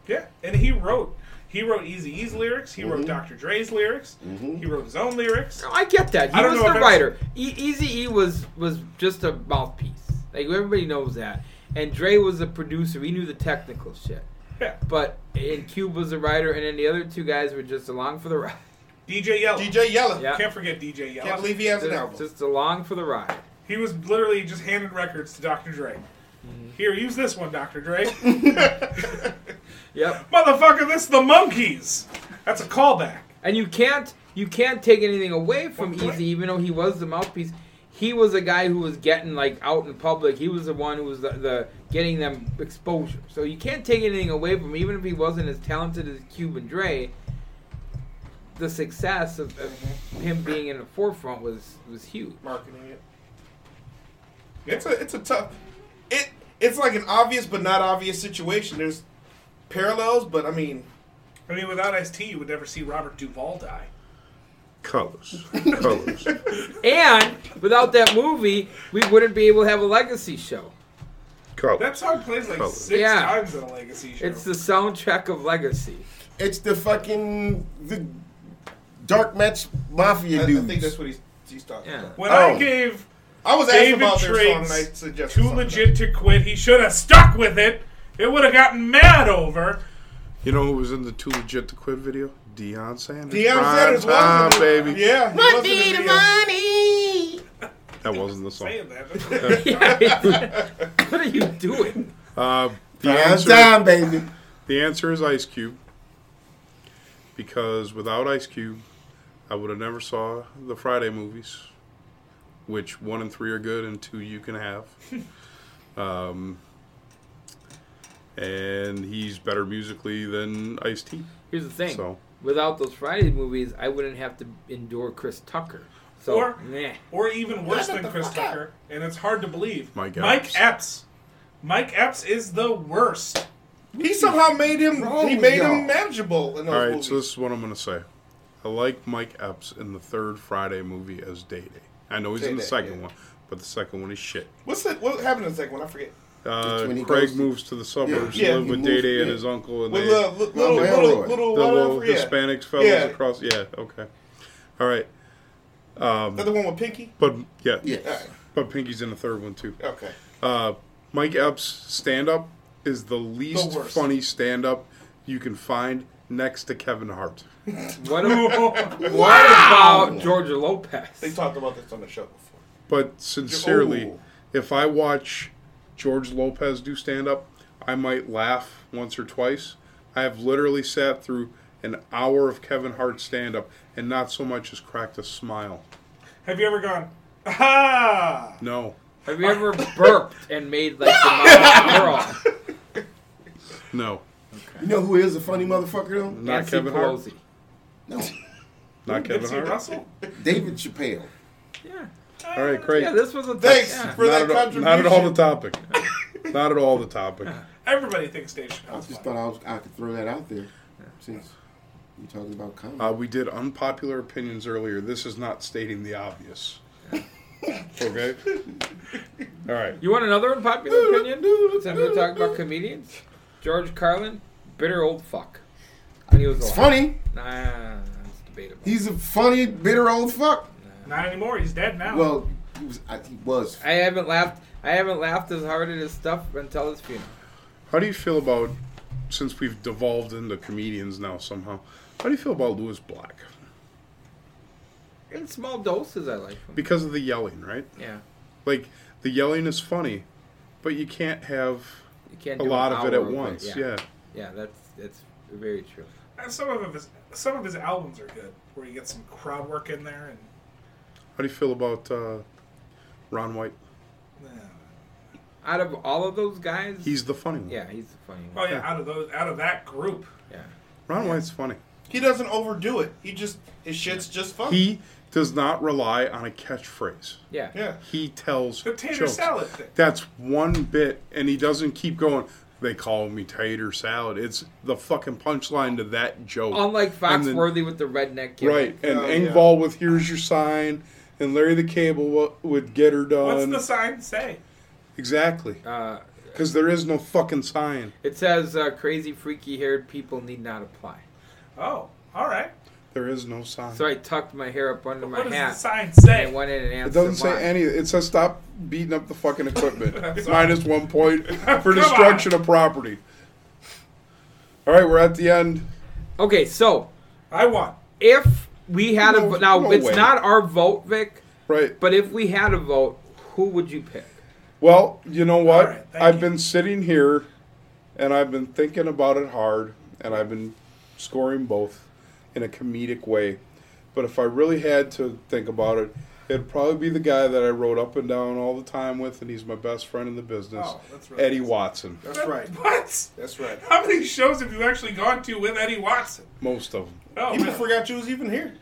Speaker 6: Yeah, and he wrote. He wrote Easy E's lyrics. He
Speaker 9: Mm-hmm.
Speaker 6: wrote Dr. Dre's lyrics. He wrote his own lyrics.
Speaker 8: No, I get that. He
Speaker 6: I don't
Speaker 8: was
Speaker 6: know if
Speaker 8: the
Speaker 6: that's-
Speaker 8: writer. E- Easy E was was just a mouthpiece. Like everybody knows that. And Dre was the producer. He knew the technical shit.
Speaker 6: Yeah.
Speaker 8: But and Cube was the writer, and then the other two guys were just along for the ride.
Speaker 6: DJ Yella.
Speaker 9: DJ Yella.
Speaker 8: Yeah.
Speaker 6: Can't forget DJ Yella.
Speaker 9: Can't believe he has an
Speaker 8: Just-
Speaker 9: album.
Speaker 8: Just along for the ride.
Speaker 6: He was literally just handed records to Dr. Dre.
Speaker 8: Mm-hmm.
Speaker 6: Here, use this one, Dr. Dre.
Speaker 8: Yep.
Speaker 6: Motherfucker, this is the monkeys. That's a callback.
Speaker 8: And you can't you can't take anything away from
Speaker 6: Well,
Speaker 8: Easy, even though he was the mouthpiece. He was a guy who was getting like out in public. He was the one who was the, the getting them exposure. So you can't take anything away from him, even if he wasn't as talented as Cuban Dre. The success of, of him being in the forefront was was huge.
Speaker 6: Marketing it.
Speaker 9: It's a it's a tough. It it's like an obvious but not obvious situation. There's parallels, but I mean,
Speaker 6: I mean, without Ice T, you would never see Robert Duvall die.
Speaker 5: Colors. Colors.
Speaker 8: And without that movie, we wouldn't be able to have a legacy show.
Speaker 5: Colors.
Speaker 6: That song plays like
Speaker 5: Probably.
Speaker 6: six
Speaker 8: Yeah.
Speaker 6: times in a legacy show.
Speaker 8: It's the soundtrack of legacy.
Speaker 7: It's the fucking the dark match mafia
Speaker 9: I, I
Speaker 7: dudes.
Speaker 9: think that's what he's he's talking
Speaker 8: Yeah.
Speaker 9: about.
Speaker 6: when
Speaker 7: oh.
Speaker 6: I gave
Speaker 9: I was asking
Speaker 6: David
Speaker 9: about their song and I
Speaker 6: Triggs
Speaker 9: suggested
Speaker 6: too
Speaker 9: something.
Speaker 6: legit to quit, he should have stuck with it. It would have gotten mad over.
Speaker 5: You know who was in the Too Legit to Quit video? Deion Sanders.
Speaker 9: Deion
Speaker 5: Prime
Speaker 9: Sanders was
Speaker 5: time,
Speaker 9: in the-
Speaker 5: baby.
Speaker 9: Yeah. he was in the video.
Speaker 5: That wasn't the song.
Speaker 6: Saying that.
Speaker 8: what are you doing?
Speaker 5: Uh, the
Speaker 7: Prime
Speaker 5: answer.
Speaker 7: time, baby.
Speaker 5: The answer is Ice Cube. Because without Ice Cube, I would have never saw the Friday movies, which one and three are good and two you can have. um, and he's better musically than Ice T.
Speaker 8: Here's the thing.
Speaker 5: So
Speaker 8: without those Friday movies, I wouldn't have to endure Chris Tucker. So,
Speaker 6: Or-
Speaker 8: meh.
Speaker 6: or even worse than Chris Tucker, and it's hard to believe.
Speaker 5: Mike Epps.
Speaker 6: Mike Epps. Mike Epps is the worst.
Speaker 9: He somehow made him.
Speaker 7: wrong
Speaker 9: He
Speaker 7: with
Speaker 9: made
Speaker 7: y'all?
Speaker 9: him manageable in those
Speaker 5: all right,
Speaker 9: movies.
Speaker 5: so this is what I'm gonna say. I like Mike Epps in the third Friday movie as Day Day. I know he's in the
Speaker 9: Day-Day,
Speaker 5: second
Speaker 9: yeah.
Speaker 5: one, but the second one is shit.
Speaker 9: What's that? What happened in the second one? I forget.
Speaker 5: Uh,
Speaker 7: when he
Speaker 5: Craig
Speaker 7: goes to-
Speaker 5: moves to the suburbs,
Speaker 9: Yeah,
Speaker 5: live
Speaker 7: he
Speaker 5: with
Speaker 7: moves-
Speaker 5: Day Day and
Speaker 7: yeah.
Speaker 5: his uncle, and
Speaker 9: With
Speaker 5: they,
Speaker 9: the little
Speaker 7: Mama
Speaker 9: little
Speaker 7: Elroy.
Speaker 9: little,
Speaker 5: the little
Speaker 9: whatever, yeah.
Speaker 5: Hispanic fellas
Speaker 9: Yeah.
Speaker 5: across. Yeah, okay, all right.
Speaker 9: Is that the one with Pinky?
Speaker 5: But yeah,
Speaker 7: Yes.
Speaker 5: But Pinky's in the third one too.
Speaker 9: Okay.
Speaker 5: Uh, Mike Epps' stand up is the least
Speaker 6: worst.
Speaker 5: funny stand up you can find next to Kevin Hart.
Speaker 8: What, a- what about Georgia
Speaker 9: They
Speaker 8: Lopez?
Speaker 9: talked about this on the show before.
Speaker 5: But sincerely,
Speaker 9: Oh.
Speaker 5: if I watch George Lopez do stand up, I might laugh once or twice. I have literally sat through an hour of Kevin Hart stand up and not so much as cracked a smile.
Speaker 6: Have you ever gone, ah,
Speaker 5: No.
Speaker 8: Have you ever burped and made like the mouth curl?
Speaker 5: No.
Speaker 7: You know who is a funny motherfucker though?
Speaker 5: Not Nancy Kevin Hart. Pelosi.
Speaker 7: No.
Speaker 5: Not Kevin Hart. Russell?
Speaker 7: David Chappelle.
Speaker 5: All right, great.
Speaker 8: Yeah, this was a
Speaker 9: Thanks yeah. for
Speaker 5: not
Speaker 9: that
Speaker 5: at all, Not at all the
Speaker 9: contribution.
Speaker 5: topic. not at all the topic.
Speaker 6: Everybody thinks Dave
Speaker 7: I
Speaker 6: Chappelle's
Speaker 7: just
Speaker 6: funny.
Speaker 7: thought I, was, I could throw that out there since you're talking about comedy.
Speaker 5: Uh, we did unpopular opinions earlier. This is not stating the obvious. Okay. All right.
Speaker 8: You want another unpopular opinion? It's time to talk about comedians. George Carlin, bitter old fuck. When he was
Speaker 7: It's
Speaker 8: alive.
Speaker 7: funny.
Speaker 8: Nah, it's debatable.
Speaker 7: He's a funny, bitter old fuck.
Speaker 6: Not anymore. He's dead now.
Speaker 7: Well, he was. I, he was.
Speaker 8: I haven't laughed. I haven't laughed as hard at his stuff until his funeral.
Speaker 5: How do you feel about, since we've devolved into comedians now somehow, how do you feel about Lewis Black?
Speaker 8: In small doses, I like him.
Speaker 5: Because of the yelling, right?
Speaker 8: Yeah,
Speaker 5: Like, the yelling is funny, but you can't have
Speaker 8: you can't.
Speaker 5: a
Speaker 8: do an
Speaker 5: lot of it
Speaker 8: hour
Speaker 5: at once. yeah.
Speaker 8: yeah, that's that's very true.
Speaker 6: And some of his some of his albums are good, where you get some crowd work in there, and
Speaker 5: How do you feel about uh, Ron White?
Speaker 8: Out of all of those guys,
Speaker 5: He's the funny one.
Speaker 8: yeah, he's the funny one.
Speaker 6: oh yeah, out of those out of that group,
Speaker 8: Yeah,
Speaker 5: Ron White's funny.
Speaker 9: He doesn't overdo it. He just his shit's just funny.
Speaker 5: He does not rely on a catchphrase.
Speaker 8: yeah.
Speaker 9: yeah.
Speaker 5: He tells
Speaker 6: the tater
Speaker 5: jokes.
Speaker 6: salad thing.
Speaker 5: That's one bit, and he doesn't keep going. They call me tater salad. It's the fucking punchline to that joke.
Speaker 8: Unlike
Speaker 5: And then-
Speaker 8: Foxworthy with the redneck kid.
Speaker 5: right? And
Speaker 9: Oh, yeah.
Speaker 5: Engvall with "Here's your sign," and Larry the Cable wa- would get her
Speaker 6: What's
Speaker 5: done
Speaker 6: the sign say?
Speaker 5: exactly
Speaker 8: Uh,
Speaker 5: because there is no fucking sign.
Speaker 8: it says uh, crazy, freaky-haired people need not apply.
Speaker 6: Oh, all right.
Speaker 5: There is no sign.
Speaker 8: So I tucked my hair up under my
Speaker 6: What does the
Speaker 8: hat
Speaker 6: sign
Speaker 8: and I
Speaker 6: say?
Speaker 8: went in and
Speaker 5: It
Speaker 8: answered.
Speaker 5: doesn't say
Speaker 8: mine.
Speaker 5: any. It says stop beating up the fucking equipment. Minus one point for
Speaker 6: on.
Speaker 5: destruction of property. All right, we're at the end.
Speaker 8: Okay, so
Speaker 6: I won.
Speaker 8: if we had a
Speaker 5: No-
Speaker 8: vo- now,
Speaker 5: no
Speaker 8: it's
Speaker 5: way.
Speaker 8: not our vote, Vic.
Speaker 5: Right.
Speaker 8: But if we had a vote, who would you pick?
Speaker 5: Well, you know what?
Speaker 6: All right, thank
Speaker 5: I've
Speaker 6: you.
Speaker 5: been sitting here and I've been thinking about it hard and I've been scoring both in a comedic way. But if I really had to think about it, it'd probably be the guy that I rode up and down all the time with and he's my best friend in the business,
Speaker 6: Oh, that's really
Speaker 5: Eddie
Speaker 6: nice.
Speaker 5: Watson.
Speaker 9: That's right.
Speaker 6: What?
Speaker 9: That's right.
Speaker 6: How many shows have you actually gone to with Eddie Watson?
Speaker 5: Most of them.
Speaker 6: Oh,
Speaker 9: Even forgot you was even here.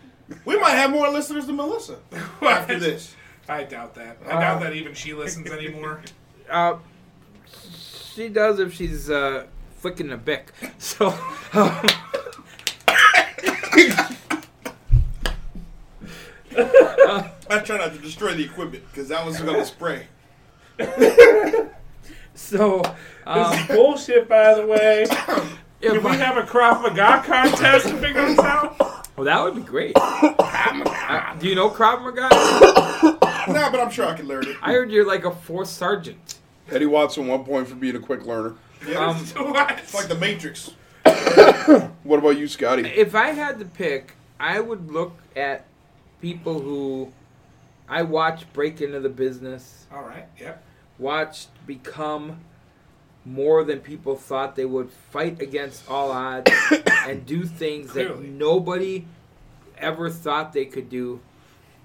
Speaker 9: We might have more listeners than Melissa after this.
Speaker 6: I doubt that. I doubt that even she listens anymore.
Speaker 8: Uh, she does if she's uh, flicking a bick. So, um,
Speaker 9: I try not to destroy the equipment because that was going to spray.
Speaker 8: so um,
Speaker 6: Bullshit, by the way. Can
Speaker 8: if
Speaker 6: we
Speaker 8: I-
Speaker 6: have a Krav Maga contest to figure this out?
Speaker 8: well, that would be great. Uh, do you know Krav Maga?
Speaker 9: Nah, but I'm sure I can learn it.
Speaker 8: I heard you're like a fourth sergeant.
Speaker 5: Eddie Watson, one point for being a quick learner.
Speaker 8: Um,
Speaker 6: What?
Speaker 9: It's like the Matrix.
Speaker 5: What about you, Scotty?
Speaker 8: if I had to pick, I would look at people who I watched break into the business,
Speaker 6: All right. Yep.
Speaker 8: watched become more than people thought they would, fight against all odds, and do things
Speaker 6: Clearly.
Speaker 8: that nobody ever thought they could do.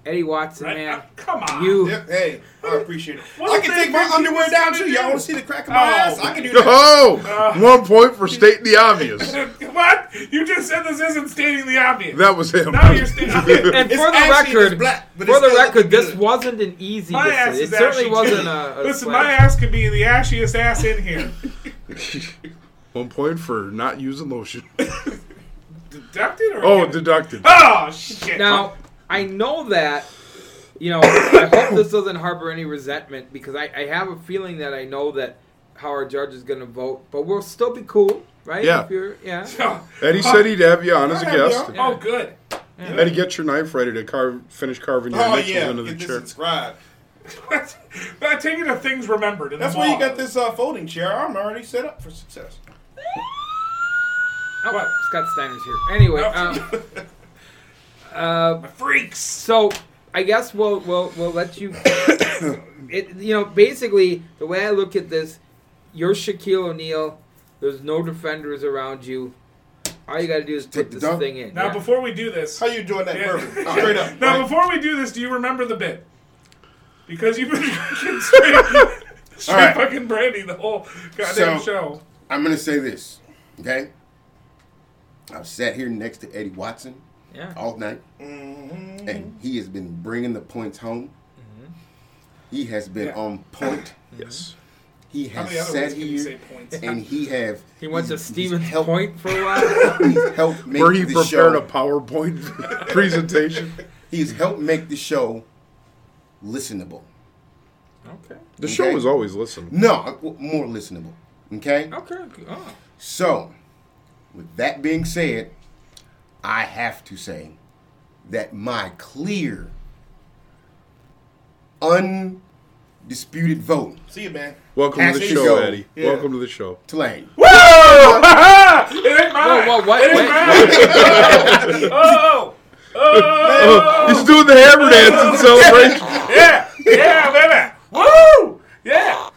Speaker 8: Eddie Watson,
Speaker 6: Right?
Speaker 8: man,
Speaker 6: Uh, come on.
Speaker 8: you
Speaker 9: Yep. Hey, I appreciate it.
Speaker 6: What
Speaker 9: I
Speaker 6: do
Speaker 9: can
Speaker 6: they
Speaker 9: take my
Speaker 6: think
Speaker 9: underwear
Speaker 6: he's
Speaker 9: down
Speaker 6: gonna
Speaker 9: too. Y'all
Speaker 6: do?
Speaker 9: want to see the crack of my ass? I can do that.
Speaker 5: Oh, one point for stating the obvious.
Speaker 6: what? You just said this isn't stating the obvious.
Speaker 5: That was him.
Speaker 6: now you're stating.
Speaker 8: And
Speaker 9: It's
Speaker 8: for the
Speaker 9: actually
Speaker 8: record,
Speaker 9: just black, but
Speaker 8: for
Speaker 9: it's
Speaker 8: the
Speaker 9: still
Speaker 8: record, this
Speaker 9: good.
Speaker 8: wasn't an easy.
Speaker 6: My
Speaker 8: decision.
Speaker 6: ass is
Speaker 8: it certainly
Speaker 6: ashy,
Speaker 8: wasn't
Speaker 6: too.
Speaker 8: a, a
Speaker 6: Listen,
Speaker 8: slam.
Speaker 6: my ass could be the ashiest ass in here.
Speaker 5: One point for not using lotion.
Speaker 6: Deducted or?
Speaker 5: Oh, deducted.
Speaker 6: Oh shit.
Speaker 8: Now, I know that, you know, I hope this doesn't harbor any resentment because I, I have a feeling that I know that how our judge is going to vote, but we'll still be cool, right?
Speaker 5: Yeah.
Speaker 8: If you're, yeah.
Speaker 6: Oh,
Speaker 5: Eddie said he'd have you on as a
Speaker 9: I'll have you
Speaker 5: guest.
Speaker 9: on.
Speaker 6: oh, good.
Speaker 5: Eddie, get your knife ready to carve, finish carving your
Speaker 9: Oh,
Speaker 5: nipples
Speaker 9: yeah.
Speaker 5: into the
Speaker 9: Get this
Speaker 5: chair.
Speaker 9: subscribed.
Speaker 6: That's, that's taking the things remembered. in the
Speaker 9: That's why you
Speaker 6: mall.
Speaker 9: got this uh, folding chair. I'm already set up for success.
Speaker 8: Oh, Scott Steiner's here. Anyway, um,
Speaker 6: The freaks.
Speaker 8: so I guess we'll we'll we'll let you. it you know basically the way I look at this, you're Shaquille O'Neal. There's no defenders around you. All you got to do is put
Speaker 7: the
Speaker 8: this
Speaker 7: dunk.
Speaker 8: thing in.
Speaker 6: Now,
Speaker 8: yeah.
Speaker 6: before we do this,
Speaker 9: How you doing that
Speaker 6: Yeah.
Speaker 9: perfect? Straight up.
Speaker 6: now
Speaker 9: Like,
Speaker 6: before we do this, do you remember the bit? Because you've been drinking straight, straight
Speaker 7: All right.
Speaker 6: fucking brandy the whole goddamn
Speaker 7: So-
Speaker 6: show.
Speaker 7: I'm gonna say this. Okay? I've sat here next to Eddie Watson
Speaker 8: Yeah.
Speaker 7: all night,
Speaker 8: Mm-hmm.
Speaker 7: and he has been bringing the points home. He has been
Speaker 8: Yeah.
Speaker 7: on point. Yes. He
Speaker 8: How
Speaker 7: has
Speaker 8: many other
Speaker 7: sat
Speaker 8: ways can you
Speaker 7: here,
Speaker 8: say points?
Speaker 7: and he have.
Speaker 8: He went to
Speaker 7: he's- he's
Speaker 8: Stevens
Speaker 7: helped-
Speaker 8: Point for a while.
Speaker 7: he's helped make
Speaker 5: Where he
Speaker 7: the
Speaker 5: prepared
Speaker 7: show.
Speaker 5: a PowerPoint presentation.
Speaker 7: He's helped make the show listenable.
Speaker 8: Okay.
Speaker 5: The show
Speaker 7: Okay?
Speaker 5: is always listenable.
Speaker 7: No, uh, w- more listenable. Okay?
Speaker 8: Okay. Oh.
Speaker 7: So, with that being said, I have to say that my clear, undisputed vote.
Speaker 9: See you, man.
Speaker 5: Welcome
Speaker 7: has
Speaker 5: to the show,
Speaker 7: go
Speaker 5: Eddie.
Speaker 7: Yeah.
Speaker 5: Welcome to the show.
Speaker 7: Tulane.
Speaker 6: It ain't mine.
Speaker 8: Whoa, whoa, what?
Speaker 6: It ain't
Speaker 8: Wait.
Speaker 6: mine. oh, oh,
Speaker 5: Oh, he's doing the hammer dance in celebration.
Speaker 6: yeah, yeah, baby. Woo! Yeah.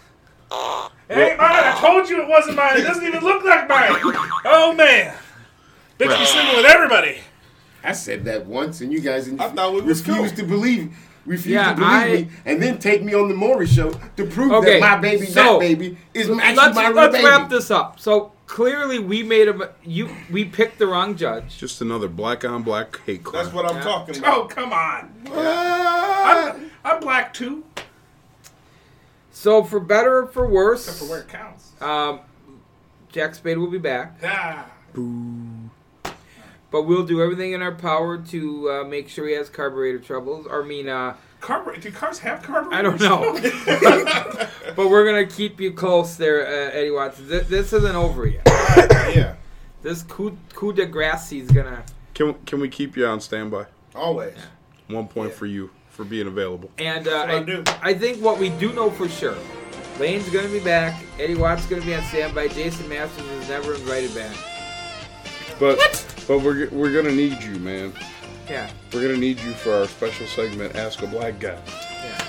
Speaker 6: It ain't mine. I told you it wasn't mine. It doesn't even look like mine. Oh man, bitch, be sleeping with everybody.
Speaker 7: I said that once, and you guys I
Speaker 9: thought we was
Speaker 7: refused to believe. Refused
Speaker 8: Yeah,
Speaker 7: to believe
Speaker 8: I-
Speaker 7: me, and then take me on the Maury show to prove
Speaker 8: Okay,
Speaker 7: that my baby,
Speaker 8: so,
Speaker 7: that baby, is actually
Speaker 8: let's,
Speaker 7: my real
Speaker 8: let's
Speaker 7: baby.
Speaker 8: wrap this up. So clearly, we made a you we picked the wrong judge.
Speaker 5: Just another black on black hate crime.
Speaker 9: That's what I'm
Speaker 8: Yeah.
Speaker 9: talking about.
Speaker 6: Oh come on.
Speaker 7: Ah!
Speaker 6: I'm, I'm black too.
Speaker 8: So for better or for worse,
Speaker 6: Except for where it counts.
Speaker 8: um, Jack Spade will be back,
Speaker 6: Ah,
Speaker 8: but we'll do everything in our power to uh, make sure he has carburetor troubles. Or I mean, uh,
Speaker 6: carburetor. Do cars have carburetors?
Speaker 8: I don't know, but we're gonna keep you close there, uh, Eddie Watson. This, this isn't over yet.
Speaker 9: Yeah.
Speaker 8: This coup, coup de grace is gonna.
Speaker 5: Can can we keep you on standby?
Speaker 9: Always.
Speaker 5: One point for you for being available.
Speaker 8: And uh,
Speaker 9: what I do.
Speaker 8: I, I think what we do know for sure, Lane's going to be back. Eddie Watt's going to be on standby. Jason Masters is never invited back.
Speaker 5: But but we're g- we're gonna need you, man.
Speaker 8: Yeah,
Speaker 5: We're gonna need you for our special segment, Ask a Black Guy.
Speaker 8: yeah.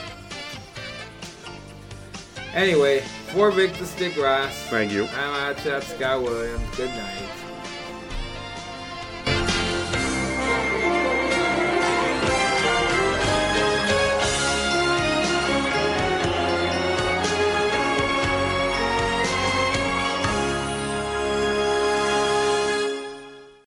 Speaker 8: Anyway, for Vic the Stick Ross,
Speaker 5: Thank you.
Speaker 8: I'm Hotshot Scott Williams. Good night.